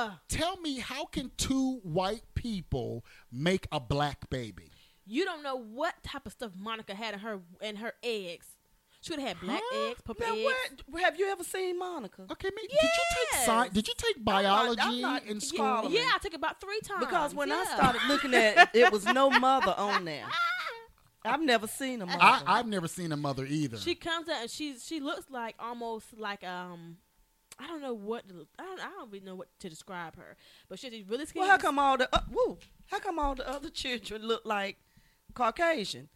C: Ugh.
A: Tell me, how can two white people make a black baby?
C: You don't know what type of stuff Monica had in her in her eggs. She would have had black
B: Huh?
C: eggs, purple
B: Now,
C: eggs.
B: what? Have you ever seen Monica?
A: Okay, me, did you take science?
C: Yes.
A: Did you take
B: not- I'm
A: biology
B: not
A: in school?
B: following.
C: Yeah, I took it about three
A: Oh,
C: times.
B: Because when I
C: yeah.
B: started looking at, it, it was no mother on there. I've never seen a mother.
A: I, I've never seen a mother either.
C: she comes out and she she looks like almost like um. I don't know what to, I don't I don't really know what to describe her, but she's really skinny.
B: well, how come all the uh, woo, How come all the other children look like Caucasian?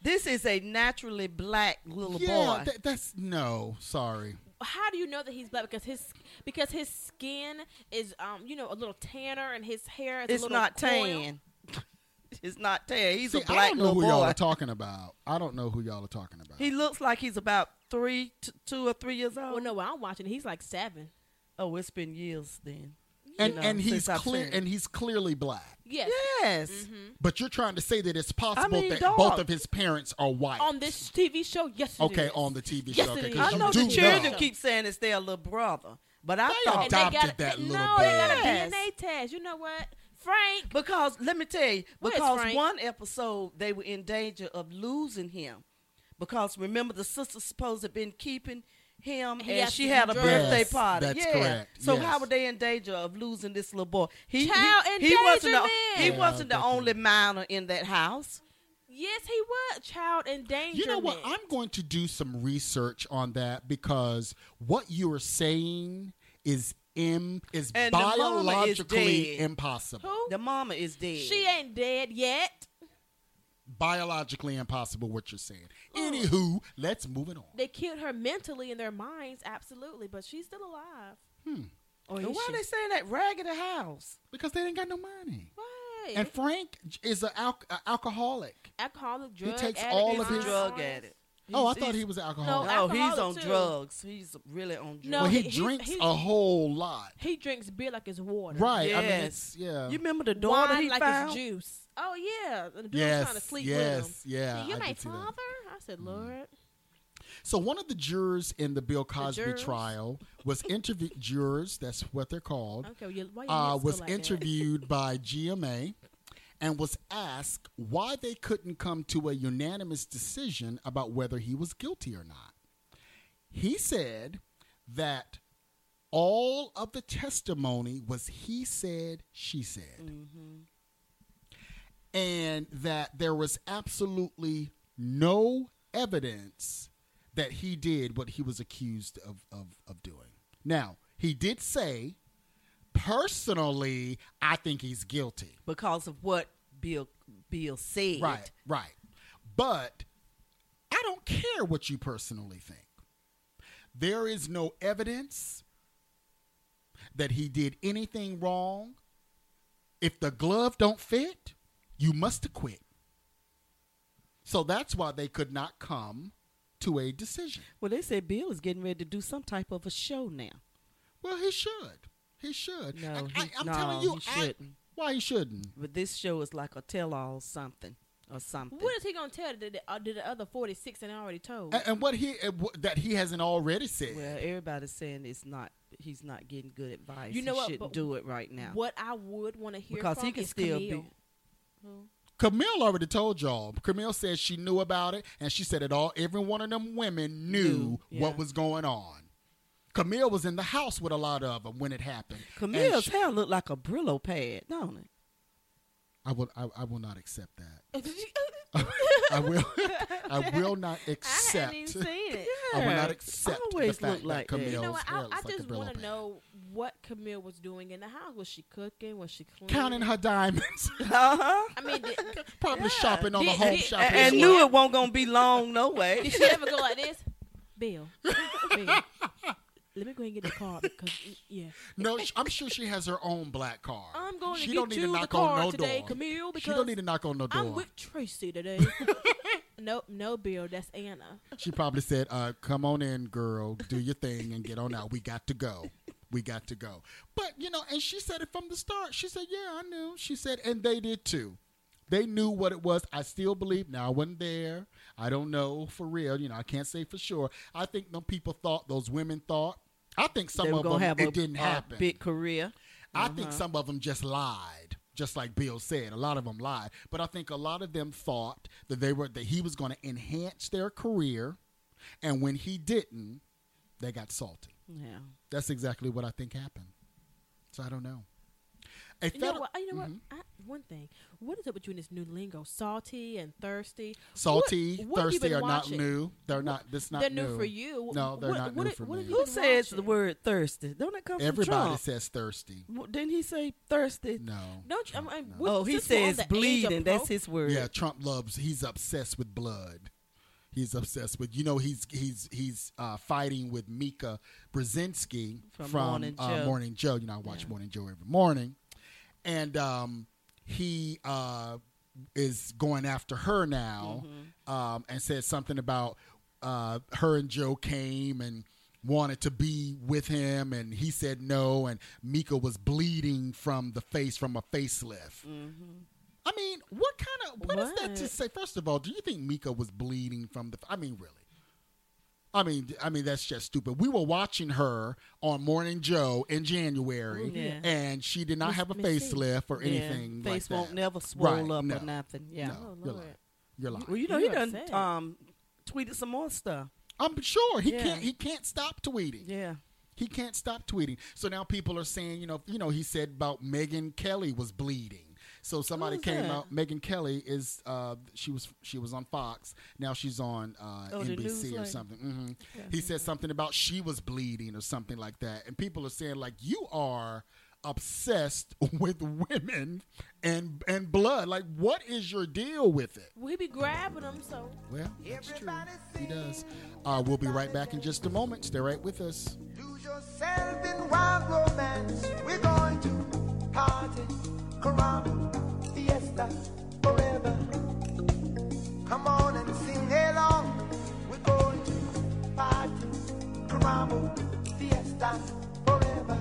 B: This is a naturally black little
A: yeah,
B: boy.
A: tha- that's no. Sorry,
C: how do you know that he's black because his because his skin is um you know a little tanner and his hair is a
B: it's
C: little
B: not
C: coiled.
B: tan. It's not tan. He's
A: See,
B: a
A: I
B: black
A: don't know
B: little
A: who y'all
B: boy.
A: are talking about. I don't know who y'all are talking about.
B: he looks like he's about three, t- two or three years old.
C: Well, no, I'm watching. it. He's like seven.
B: Oh, it's been years then. you
A: and
B: know,
A: and he's
B: since I've
A: clear
B: seen it.
A: and he's clearly black.
C: Yes.
B: yes.
A: Mm-hmm. But you're trying to say that it's possible
B: mean,
A: that
B: dog.
A: both of his parents are white
C: On this TV show, yes. it
A: Okay,
C: is.
A: on the TV
C: Yes,
A: show.
C: it
A: Okay,
C: is.
A: 'cause
B: I
A: you
B: know
A: do
B: the children
A: know.
B: keep saying it's their little brother, but I
A: They
B: thought
C: And they
A: adopted
C: got a-
A: that little
C: no,
B: boy.
C: they got a DNA test. You know what, Frank?
B: Because let me tell you,
C: Where's
B: because
C: Frank?
B: one episode they were in danger of losing him. Because remember, the sister supposed to have been keeping him,
C: He
B: and
C: has
B: she
C: to
B: had a
C: be
B: birthday
A: Yes,
B: party.
A: that's
B: yeah.
A: correct.
B: So
A: Yes.
B: how were they in danger of losing this little boy? He
C: Child
B: he, he wasn't the,
C: endangerment.
B: he
A: Yeah,
B: wasn't the
A: definitely.
B: only minor in that house.
C: Yes, he was child endangerment.
A: You know what? I'm going to do some research on that because what you are saying is im is
B: And the mama is
A: biologically
B: dead.
A: impossible.
C: Who?
B: The mama is dead.
C: She ain't dead yet.
A: Biologically impossible. What you're saying. Anywho, let's move it on.
C: They killed her mentally in their minds, absolutely, but she's still alive. Hmm. Or
B: And
C: is
B: why
C: she?
B: they saying that raggedy house?
A: Because they didn't got no money.
C: Why?
A: And Frank is an alc a alcoholic.
C: alcoholic drug.
A: takes
C: addict,
A: all
B: he's
A: of
B: a
A: his-
B: drug
C: alcoholic.
B: addict.
A: oh, I
B: He's-
A: thought
B: he's-
A: he was an alcoholic.
B: No, he's
C: alcoholic,
B: on
C: too.
B: drugs. He's really on drugs.
C: No,
A: well, he,
C: he- he-
A: drinks
C: he-
A: a whole lot.
C: He drinks beer like it's water.
A: Right. I mean,
B: Yes.
A: it's, yeah.
B: You remember the daughter
C: Wine
B: he
C: like it's
B: found?
C: juice. Oh yeah, and the dude was
A: yes.
C: trying to sleep
A: yes.
C: with him.
A: Yeah.
C: you
A: I
C: my
A: did see that. Hmm.
C: father? I said, Lord.
A: So one of the jurors in the Bill Cosby
C: jurors?
A: trial was interviewed. jurors, that's what they're called.
C: Okay, well, you, why you
A: uh,
C: lips go
A: was
C: like that?
A: interviewed by GMA and was asked why they couldn't come to a unanimous decision about whether he was guilty or not. He said that all of the testimony was he said, she said.
C: Mm-hmm.
A: And that there was absolutely no evidence that he did what he was accused of, of, of doing. Now, he did say personally, I think he's guilty.
B: Because of what Bill Bill said.
A: Right, right. But I don't care what you personally think. There is no evidence that he did anything wrong. If the glove don't fit, you must acquit. So that's why they could not come to a decision.
B: Well, they said Bill is getting ready to do some type of a show now.
A: Well, he should. He should.
B: No,
A: And
B: he- no, he
A: I-
B: shouldn't.
A: why he shouldn't?
B: But this show is like a tell-all something or something.
C: What is he gonna tell the, the, uh, the- the other forty six and I already told?
A: And, and what he and what- that he hasn't already said.
B: Well, everybody's saying it's not. He's not getting good advice.
C: You know
B: he
C: what,
B: shouldn't
C: but
B: do it right now.
C: What I would want to hear
B: Because
C: from
B: he can
C: is
B: still
C: Camille.
B: be-
A: Camille already told y'all. Camille said she knew about it, and she said it all. Every one of them women knew
B: Knew,
A: what
B: yeah.
A: was going on. Camille was in the house with a lot of them when it happened. and
B: Camille's
A: she-
B: hair looked like a Brillo pad, don't it?
A: I will. I, I will not accept that. I will. I will not
C: I hadn't even
A: accept.
C: seen it.
A: I will
B: Yeah,
A: not accept the
B: always
A: fact
B: look like
A: that
B: that.
A: Camille's
B: You
C: You know what?
A: hair
C: I,
A: looks
C: I
A: like a
C: just
A: Brillo
C: want to
A: pad.
C: know what Camille was doing in the house. Was she cooking? Was she cleaning?
A: counting her diamonds,
B: Uh-huh.
C: I mean, did,
A: probably
C: Yeah.
A: shopping on the
C: Did-
A: home
C: did-
A: shopping.
B: And, and
A: spree.
B: knew it won't gonna be long, no way.
C: did she ever go like this? Bill, Bill, let me go and get the car because yeah,
A: No, sh- I'm sure she has her own black car.
C: I'm going
A: she
C: to
A: don't
C: get
A: need to
C: you the
A: knock on
C: car
A: no
C: today,
A: door.
C: Camille. Because
A: She don't need to knock on no door.
C: I'm with Tracy today. no, no, Bill. That's Anna.
A: She probably said, uh, "Come on in, girl. Do your thing and get on out. We got to go. We got to go." But you know, and she said it from the start. She said, "Yeah, I knew." She said, and they did too. They knew what it was. I still believe. Now I wasn't there. I don't know for real. You know, I can't say for sure. I think them people thought. Those women thought. I think some
B: they were
A: of them
B: gonna have
A: it
B: a,
A: didn't
B: a
A: happen.
B: big career.
A: I
C: Uh-huh.
A: think some of them just lied, just like Bill said. A lot of them lied, but I think a lot of them thought that they were that he was going to enhance their career, and when he didn't, they got salty.
B: Yeah.
A: That's exactly what I think happened. So I don't know. A
C: You know
A: feder-
C: what? You know
A: Mm-hmm.
C: what? I, one thing. What is up with you and this new lingo? Salty and thirsty.
A: salty,
C: What- what have you
A: thirsty
C: been
A: are
C: watching?
A: not new. They're not. That's not
C: they're new for you.
A: No, they're
C: What-
A: not
C: what
A: new
C: it-
A: for
C: what
A: me.
C: have you
B: Who
C: been
B: says the
C: watching?
B: word thirsty? Don't it come
A: Everybody
B: from Trump?
A: says thirsty.
B: Well, Didn't he say thirsty?
A: No.
C: Don't you? I mean, I- we-
B: Oh, he
C: since we're on
B: says
C: the age of
B: bleeding. That's
C: pro-
B: his word.
A: Yeah, Trump loves. He's obsessed with blood. He's obsessed with. You know, he's he's he's uh, fighting with Mika Brzezinski
B: From
A: from,
B: Morning
A: uh,
B: Joe.
A: Morning Joe. You know, I watch Morning Joe every morning, and um, he uh, is going after her now,
B: Mm-hmm.
A: um, and says something about uh, her and Joe came and wanted to be with him and he said no and Mika was bleeding from the face from a facelift.
B: Mm-hmm.
A: I mean, what kind of what is that to
C: What?
A: say? First of all, do you think Mika was bleeding from the? I mean, really? I mean, I mean that's just stupid. We were watching her on Morning Joe in January,
B: Ooh, yeah.
A: and she did not
C: Miss-
A: have a
C: Miss C.
A: facelift or
B: Yeah,
A: anything like
B: Face won't
A: that.
B: never swole
A: Right,
B: up
A: no.
B: or nothing. Yeah.
A: No,
C: Oh,
A: you're
C: Lord.
A: lying. You're lying.
B: Well, you know
C: You
B: he done
C: upset.
B: um, tweeted some more stuff.
A: I'm sure he
B: Yeah.
A: can't. He can't stop tweeting.
B: Yeah.
A: He can't stop tweeting. So now people are saying, you know, you know, he said about Megan Kelly was bleeding. So somebody
B: Who's
A: came
B: that?
A: out. Megan Kelly is uh, she was she was on Fox. Now she's on uh,
B: Oh, the news
A: NBC or
B: lady.
A: something. hmm He said something about she was bleeding or something like that, and people are saying like you are obsessed with women and and blood. Like what is your deal with it?
C: Well, he be grabbing them, so
A: Well, that's true.
D: Everybody
A: He
D: sing.
A: does. Uh, we'll be right back in just a moment. Stay right with us.
D: Lose yourself in wild romance. We're going to party, caramba, fiesta, forever. Come on and sing along. We're going to party, caramba, fiesta, forever.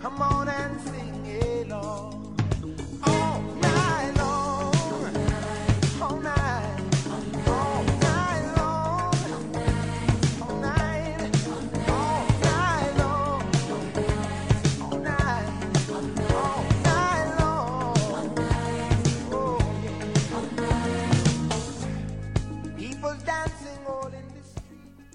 D: Come on and sing along. All night long. All night. All night long. All night, all night long, all night, all night long. Oh yeah. People dancing all in the street.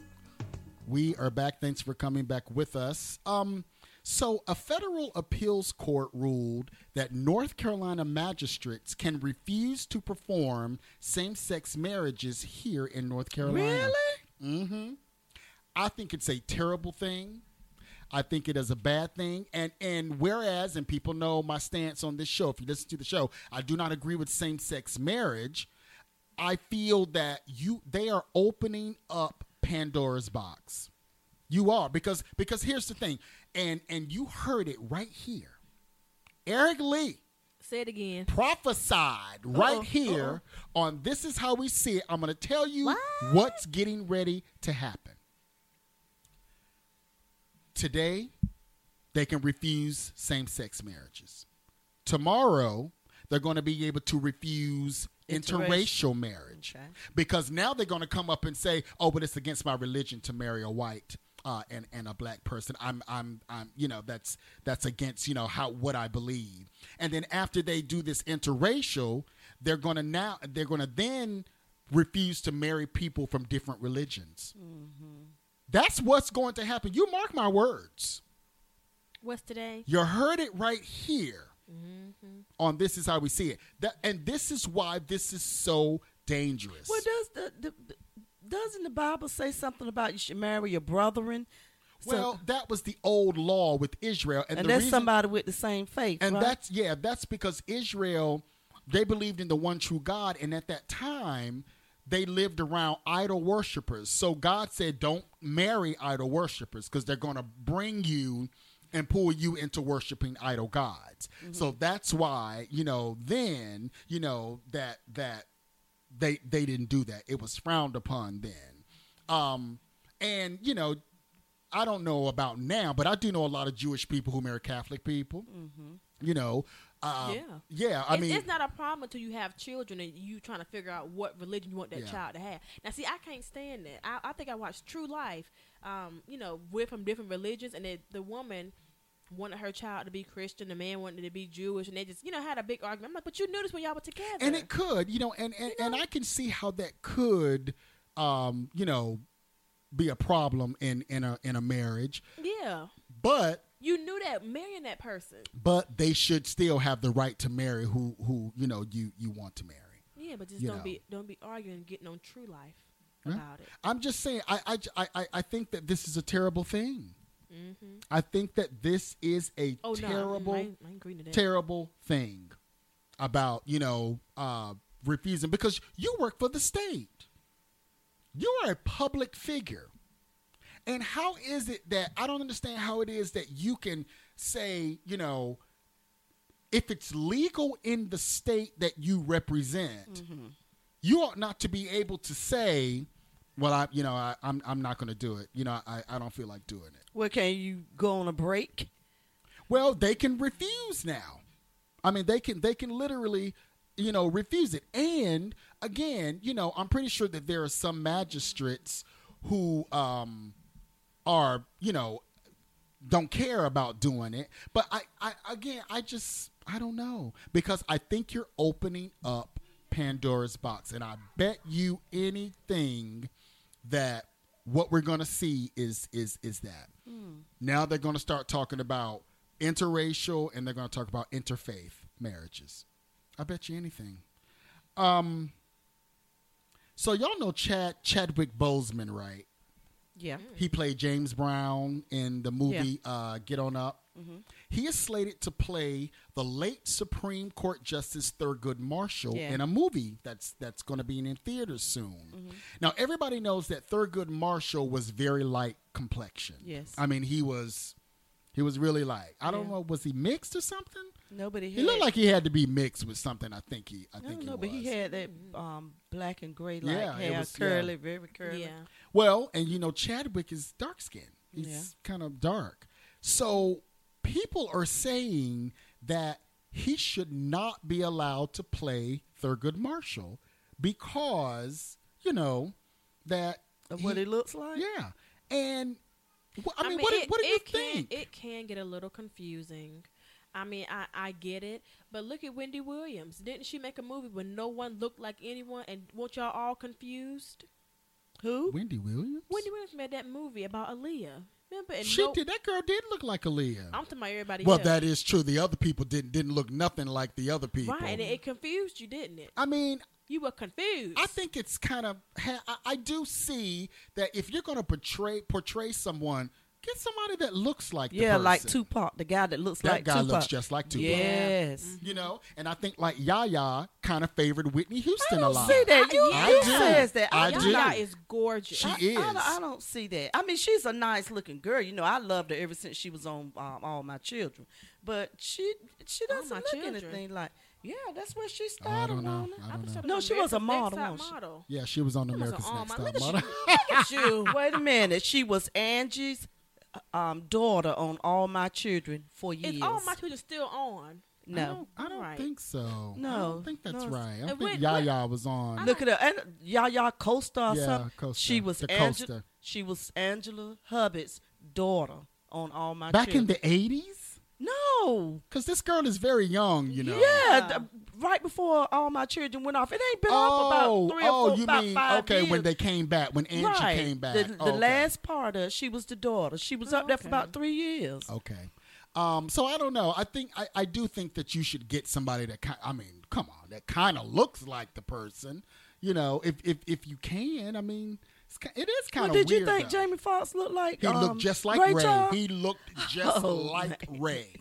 A: We are back. Thanks for coming back with us. Um, so, a federal appeals court ruled that North Carolina magistrates can refuse to perform same sex marriages here in North Carolina. Really? Mm-hmm. I think it's a terrible thing. I think it is a bad thing. And and whereas, and people know my stance on this show, if you listen to the show, I do not agree with same sex marriage. I feel that you they are opening up Pandora's box. You are because because here's the thing, and and you heard it right here. Eric Lee
C: say it again.
A: prophesied right here on this is how we see it. I'm going to tell you
C: What?
A: what's getting ready to happen. Today, they can refuse same-sex marriages. Tomorrow, they're going to be able to refuse
B: Interracial.
A: interracial marriage
B: Okay.
A: because now they're going to come up and say, "Oh, but it's against my religion to marry a white uh, and and a black person. I'm I'm I'm you know that's that's against you know how what I believe." And then after they do this interracial, they're going to now they're going to then refuse to marry people from different religions.
B: Mm-hmm.
A: That's what's going to happen. You mark my words.
C: What's today?
A: You heard it right here
B: Mm-hmm.
A: on This Is How We See It. That, and this is why this is so dangerous.
B: Well, does the, the, the- doesn't the Bible say something about you should marry your brethren? So-
A: Well, that was the old law with Israel, and,
B: and,
A: the
B: that's
A: reason,
B: somebody with the same faith,
A: and
B: right?
A: that's yeah, that's because Israel they believed in the one true God, and at that time they lived around idol worshippers. So God said, "Don't marry idol worshippers, because they're going to bring you." And pull you into worshiping idol gods, so that's why you know. Then you know that that they they didn't do that. It was frowned upon then, um, and you know I don't know about now, but I do know a lot of Jewish people who marry Catholic people. You know, uh, yeah,
C: Mm-hmm. Yeah.
A: I
C: it's,
A: mean,
C: it's not a problem until you have children and you trying to figure out what religion you want that
A: Yeah.
C: child to have. Now, see, I can't stand that. I, I think I watched True Life, um, you know, with from different religions, and it, the woman wanted her child to be Christian, the man wanted to be Jewish, and they just, you know, had a big argument. I'm like, but you knew this when y'all were together.
A: and it could, you know, and and, and I can see how that could, um, you know, be a problem in in a in a marriage,
C: yeah,
A: but
C: you knew that marrying that person.
A: but they should still have the right to marry who who you know you you want to marry.
C: Yeah, but just
A: You
C: don't
A: know.
C: be don't be arguing, getting on True Life
A: Yeah.
C: about it.
A: I'm just saying, I I I- I, I think that this is a terrible thing. I think that this is a
C: Mm-hmm. Oh no,
A: terrible.
C: I, ain't, I ain't agreeing to that.
A: terrible thing about you know uh, refusing because you work for the state. You are a public figure, and how is it that I don't understand how it is that you can say you know if it's legal in the state that you represent, you ought not to be able to say. Well, I, you know, I, I'm, I'm not going to do it. You know, I, I don't feel like doing it.
B: Well, can you go on a break?
A: Well, they can refuse now. I mean, they can they can literally, you know, refuse it. And again, you know, I'm pretty sure that there are some magistrates who um, are, you know, don't care about doing it. But I, I again, I just I don't know because I think you're opening up Pandora's box, and I bet you anything that what we're gonna see is is is that now they're gonna start talking about interracial and they're gonna talk about interfaith. marriages. I bet you anything. Um, so y'all know Chad Chadwick Boseman, right?
B: Yeah.
A: He played James Brown in the movie uh, Get On Up.
B: Mm-hmm.
A: He is slated to play the late Supreme Court Justice Thurgood Marshall
B: Yeah.
A: in a movie that's that's going to be in theaters soon.
B: Mm-hmm.
A: Now everybody knows that Thurgood Marshall was very light complexion.
B: Yes.
A: I mean he was he was really like I don't
B: Yeah.
A: know was he mixed or something?
B: Nobody
A: He looked like he had to be mixed with something. I think he I
B: I
A: think
B: don't
A: he
B: know,
A: was. Mm-hmm.
B: but he had that um, black and gray like
A: Yeah, it
B: hair,
A: was- yeah.
B: curly, very curly.
C: Yeah.
A: Well, and you know, Chadwick is dark skinned. He's
B: Yeah.
A: kind of dark. So people are saying that he should not be allowed to play Thurgood Marshall because, you know, that.
B: Of what
A: he-
B: it looks like.
A: Yeah. And, wh- I, mean, what, do-
C: it-
A: what do you
C: it can,
A: think?
C: It can get a little confusing. I mean, I, I get it, but look at Wendy Williams. Didn't she make a movie when no one looked like anyone, and weren't y'all all confused?
B: Who?
A: Wendy Williams?
C: Wendy Williams made that movie about Aaliyah. Remember? And
A: she
C: no-
A: did. That girl did look like Aaliyah.
C: I'm talking about everybody.
A: well,
C: else.
A: that is true. The other people didn't didn't look nothing like the other people.
C: right, and it, it confused you, didn't it?
A: I mean,
C: You were confused.
A: I think it's kind of. ha- I, I do see that if you're going to portray portray someone, get somebody that looks like the
B: Yeah, like
A: person.
B: Tupac, the guy that looks
A: That
B: like
A: guy
B: Tupac.
A: looks just like Tupac. Mm-hmm.
B: Yes.
A: You know, and I think like Yaya kind of favored Whitney Houston a lot.
B: See that? You,
A: I
B: you
A: do.
B: says that.
A: I
C: Yaya
A: do.
C: is gorgeous.
A: She
B: I,
A: is.
B: I, don't- I don't see that. I mean, she's a nice looking girl. You know, I loved her ever since she was on um, All My Children. But she she
C: All
B: doesn't
C: My
B: look
C: Children.
B: anything like. Yeah, that's where she
A: Oh, I
B: started.
A: don't know.
B: on it.
A: I don't know.
B: No, she was a model,
C: Next
B: wasn't
C: top
B: she?
C: model.
A: Yeah, she was on
C: She was
A: America's
C: an
A: Next Top
C: all- look at
A: Model.
C: Look at you.
B: Wait a minute. She was Angie's um, daughter on All My Children for years.
C: Is all my children still on?
A: I
B: no.
A: don't, I don't
C: Right.
A: think so. I
B: No.
A: don't think that's
B: No, it's-
A: right. I
C: Uh,
A: think
C: wait,
A: Yaya was on.
B: Look at her. And Yaya Costa or
A: Yeah,
B: something.
A: Costa.
B: She was
A: The
B: Angela.
A: Costa.
B: She was Angela Hubbart's daughter on All My
A: back in
B: Children.
A: the '80s,
B: No.
A: because this girl is very young. You know.
B: Yeah,
C: Yeah.
B: th- right before all my children went off. It ain't been off
A: Oh,
B: about three
A: oh,
B: or four,
A: you
B: about
A: mean
B: five
A: okay?
B: years.
A: When they came back, when Angie
B: right.
A: came back,
B: The, the
A: Okay.
B: last part of she was the daughter. She was
C: Oh,
B: up there for
C: okay.
B: about three years.
A: Okay. Um, so I don't know. I think I, I do think that you should get somebody that kind. I mean, come on, that kind of looks like the person. You know, if if if you can, I mean, it's, ki- it is kind
B: Well,
A: of
B: did
A: weird.
B: you think
A: though.
B: Jamie Foxx looked like?
A: He
B: um,
A: looked just like
B: Ray
A: Ray.
B: Charles?
A: He looked just
B: Oh,
A: like Ray.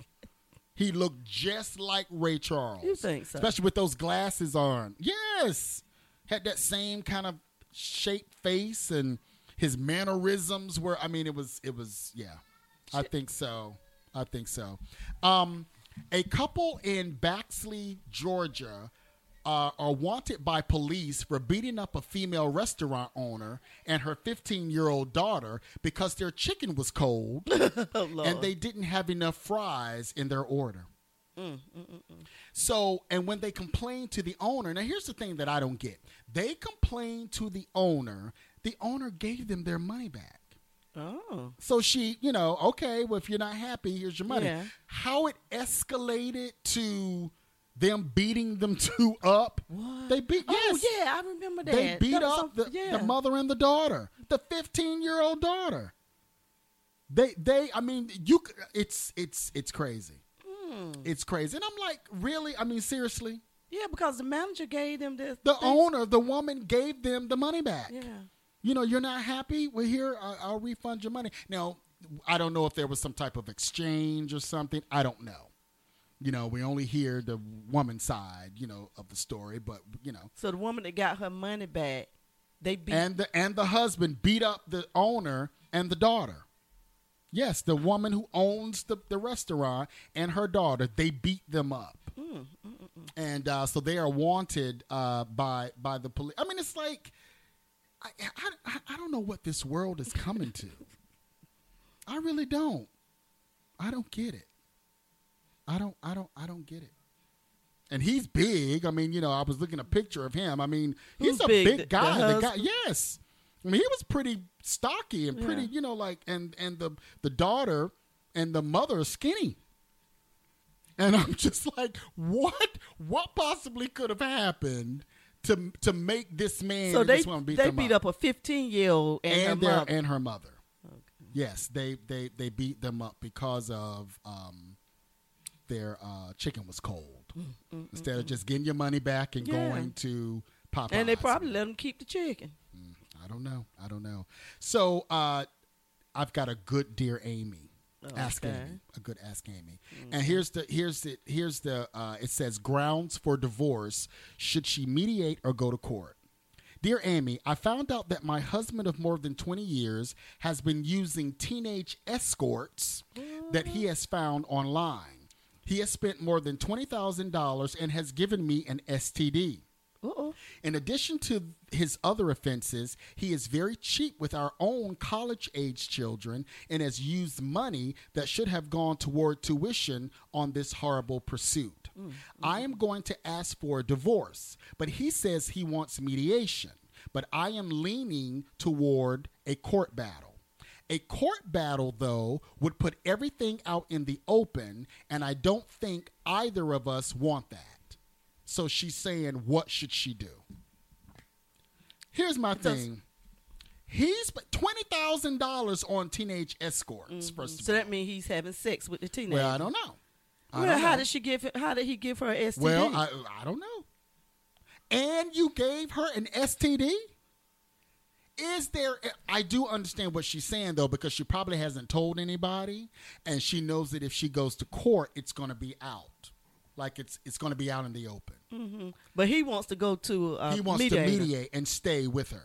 A: He looked just like Ray Charles.
B: You think so?
A: Especially with those glasses on. Yes. Had that same kind of shaped face and his mannerisms were I mean it was it was yeah. I think so. I think so. Um a couple in Baxley, Georgia uh, are wanted by police for beating up a female restaurant owner and her 15 year old daughter because their chicken was cold
B: Oh, Lord.
A: and they didn't have enough fries in their order.
B: Mm,
A: So, and when they complained to the owner, now here's the thing that I don't get. They complained to the owner, the owner gave them their money back.
B: oh,
A: So she, you know, okay, well, if you're not happy, here's your money.
B: Yeah.
A: How it escalated to them beating them two up.
B: What?
A: They beat, yes.
B: oh yeah, I remember that.
A: They beat
B: That was
A: up
B: so-
A: the,
B: yeah.
A: the mother and the daughter, the 15 year old daughter. They, they, I mean, you, c- it's, it's, it's crazy.
B: Hmm.
A: It's crazy. And I'm like, really? I mean, seriously?
B: Yeah, because the manager gave them this.
A: The
B: thing.
A: owner, the woman gave them the money back.
B: Yeah.
A: You know, you're not happy? Well, here, I- I'll refund your money. Now, I don't know if there was some type of exchange or something. I don't know. You know, we only hear the woman side, you know, of the story, but, you know,
B: So the woman that got her money back, they beat.
A: and the and the husband beat up the owner and the daughter. Yes, the woman who owns the, the restaurant and her daughter, they beat them up. And uh, so they are wanted uh, by by the police. I mean, it's like I, I, I- I don't know what this world is coming to. I really don't. I don't get it. I don't I don't I don't get it. And he's big. I mean, you know, I was looking at a picture of him. I mean, he's
B: Who's
A: a
B: big?
A: big,
B: The- the
A: guy. The, guy,
B: husband?
A: yes. I mean, he was pretty stocky and pretty,
B: Yeah.
A: you know, like and and the the daughter and the mother are skinny. And I'm just like, what? What possibly could have happened to to make this man
B: so
A: and
B: they
A: this woman beat
B: they
A: them
B: beat
A: up?
B: up. a fifteen year old and,
A: and
B: her
A: their
B: mother.
A: and her mother. Yes, they they they beat them up because of um, their uh, chicken was cold
B: Mm,
A: instead of just getting your money back and
B: Yeah.
A: going to Popeyes.
B: And they probably let them keep the chicken.
A: I don't know. I don't know. So uh, I've got a good dear Amy. Ask
B: Okay.
A: Amy. A good ask Amy. And here's the here's the here's the uh, it says grounds for divorce should she mediate or go to court. Dear Amy, I found out that my husband of more than 20 years has been using teenage escorts that he has found online. He has spent more than $20,000 and has given me an STD.
B: Uh-oh.
A: In addition to his other offenses, he is very cheap with our own college age children and has used money that should have gone toward tuition on this horrible pursuit. I am going to ask for a divorce, but he says he wants mediation, but I am leaning toward a court battle. A court battle, though, would put everything out in the open, and I don't think either of us want that. So she's saying, what should she do? Here's my thing. He's spent twenty thousand dollars on teenage escorts. First of
B: Mm-hmm. So
A: all,
B: that means he's having sex with the teenager.
A: well, I don't know. I
B: Well,
A: don't
B: how
A: know.
B: did she give? Him, how did he give her an STD?
A: Well, I, I don't know. And you gave her an STD? Is there. I do understand what she's saying, though, because she probably hasn't told anybody, and she knows that if she goes to court, it's going to be out. Like it's it's going to be out in the open.
B: but he wants to go to. Uh,
A: he wants
B: mediator.
A: to mediate and stay with her.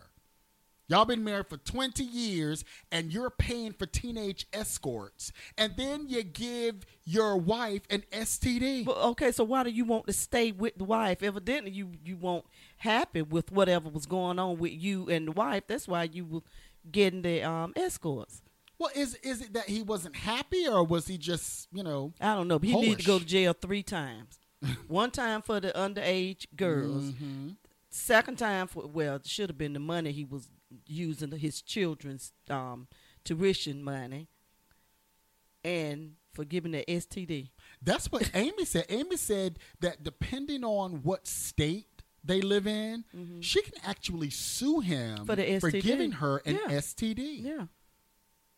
A: Y'all been married for 20 years and you're paying for teenage escorts, and then you give your wife an STD.
B: But, okay, so why do you want to stay with the wife? Evidently, you you weren't happy with whatever was going on with you and the wife. That's why you were getting the um, escorts.
A: Well, is is it that he wasn't happy, or was he just you know?
B: I don't know. But he needed to go
A: Whorish.
B: to jail three times. One time for the underage girls.
A: Mhm.
B: Second time for well, it should have been the money he was using his children's um, tuition money, and for giving the STD.
A: That's what Amy said. Amy said that depending on what state they live in, she can actually sue him
B: Mm-hmm. For the STD.
A: giving her an
B: Yeah.
A: STD.
B: Yeah,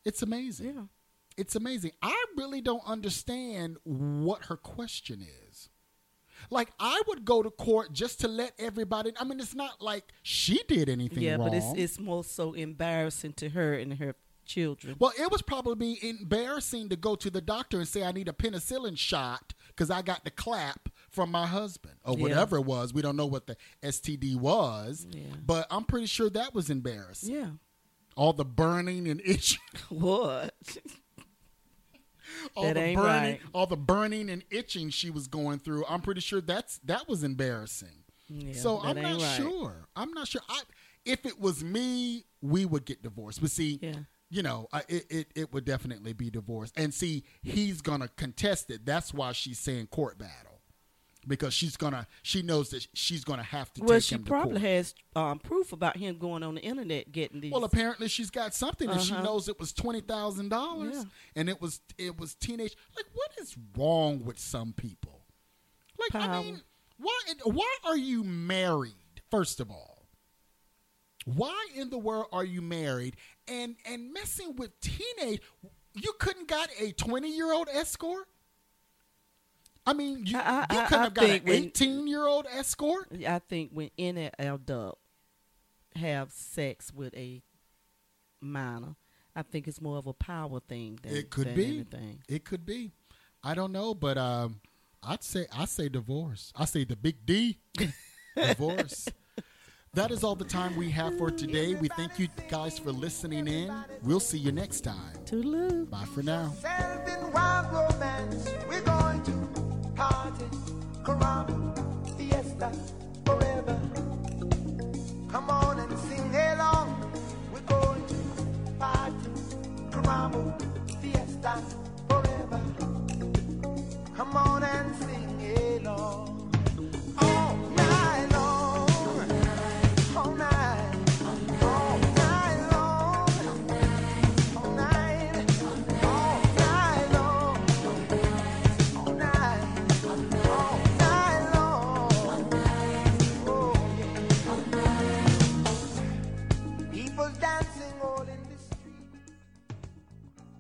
A: It's amazing.
B: yeah.
A: It's amazing. I really don't understand what her question is. Like I would go to court just to let everybody. I mean, it's not like she did anything
B: yeah,
A: wrong.
B: but it's it's more so embarrassing to her and her children.
A: Well, it was probably embarrassing to go to the doctor and say I need a penicillin shot because I got the clap from my husband or
B: Yeah.
A: whatever it was. We don't know what the STD was,
B: Yeah.
A: but I'm pretty sure that was embarrassing.
B: yeah,
A: All the burning and itching,
B: what?
A: all
B: That
A: the
B: ain't
A: burning,
B: right.
A: all the burning and itching she was going through. I'm pretty sure that's that was embarrassing.
B: Yeah,
A: so
B: that
A: I'm
B: ain't
A: not
B: right.
A: sure. I'm not sure. I, if it was me, we would get divorced. But see,
B: Yeah.
A: you know, I, it, it it would definitely be divorced. And see, he's gonna contest it. That's why she's saying court battle, because she's gonna she knows that she's gonna have to
B: Well,
A: take
B: she
A: him to
B: probably
A: court.
B: has um, proof about him going on the internet getting these.
A: well, apparently she's got something, and she
B: Uh-huh.
A: knows it was twenty thousand
B: Yeah.
A: dollars, and it was it was teenage. Like, what is wrong with some people? Like, I
B: Power.
A: mean, why why are you married? First of all, why in the world are you married and and messing with teenage? You couldn't got a twenty year old escort. I mean, you,
B: I- I-
A: you
B: I-
A: couldn't
B: I
A: have got an
B: think when-
A: eighteen year old escort.
B: I think when any adult have sex with a minor, I think it's more of a power thing than
A: It could
B: than
A: be.
B: anything.
A: It could be. I don't know, but um, I'd say I say divorce. I say the big D, divorce. That is all the time we have for today. We thank you guys for listening in. We'll see you next time.
B: Toodaloo.
A: Bye for now.
D: Self in wild romance.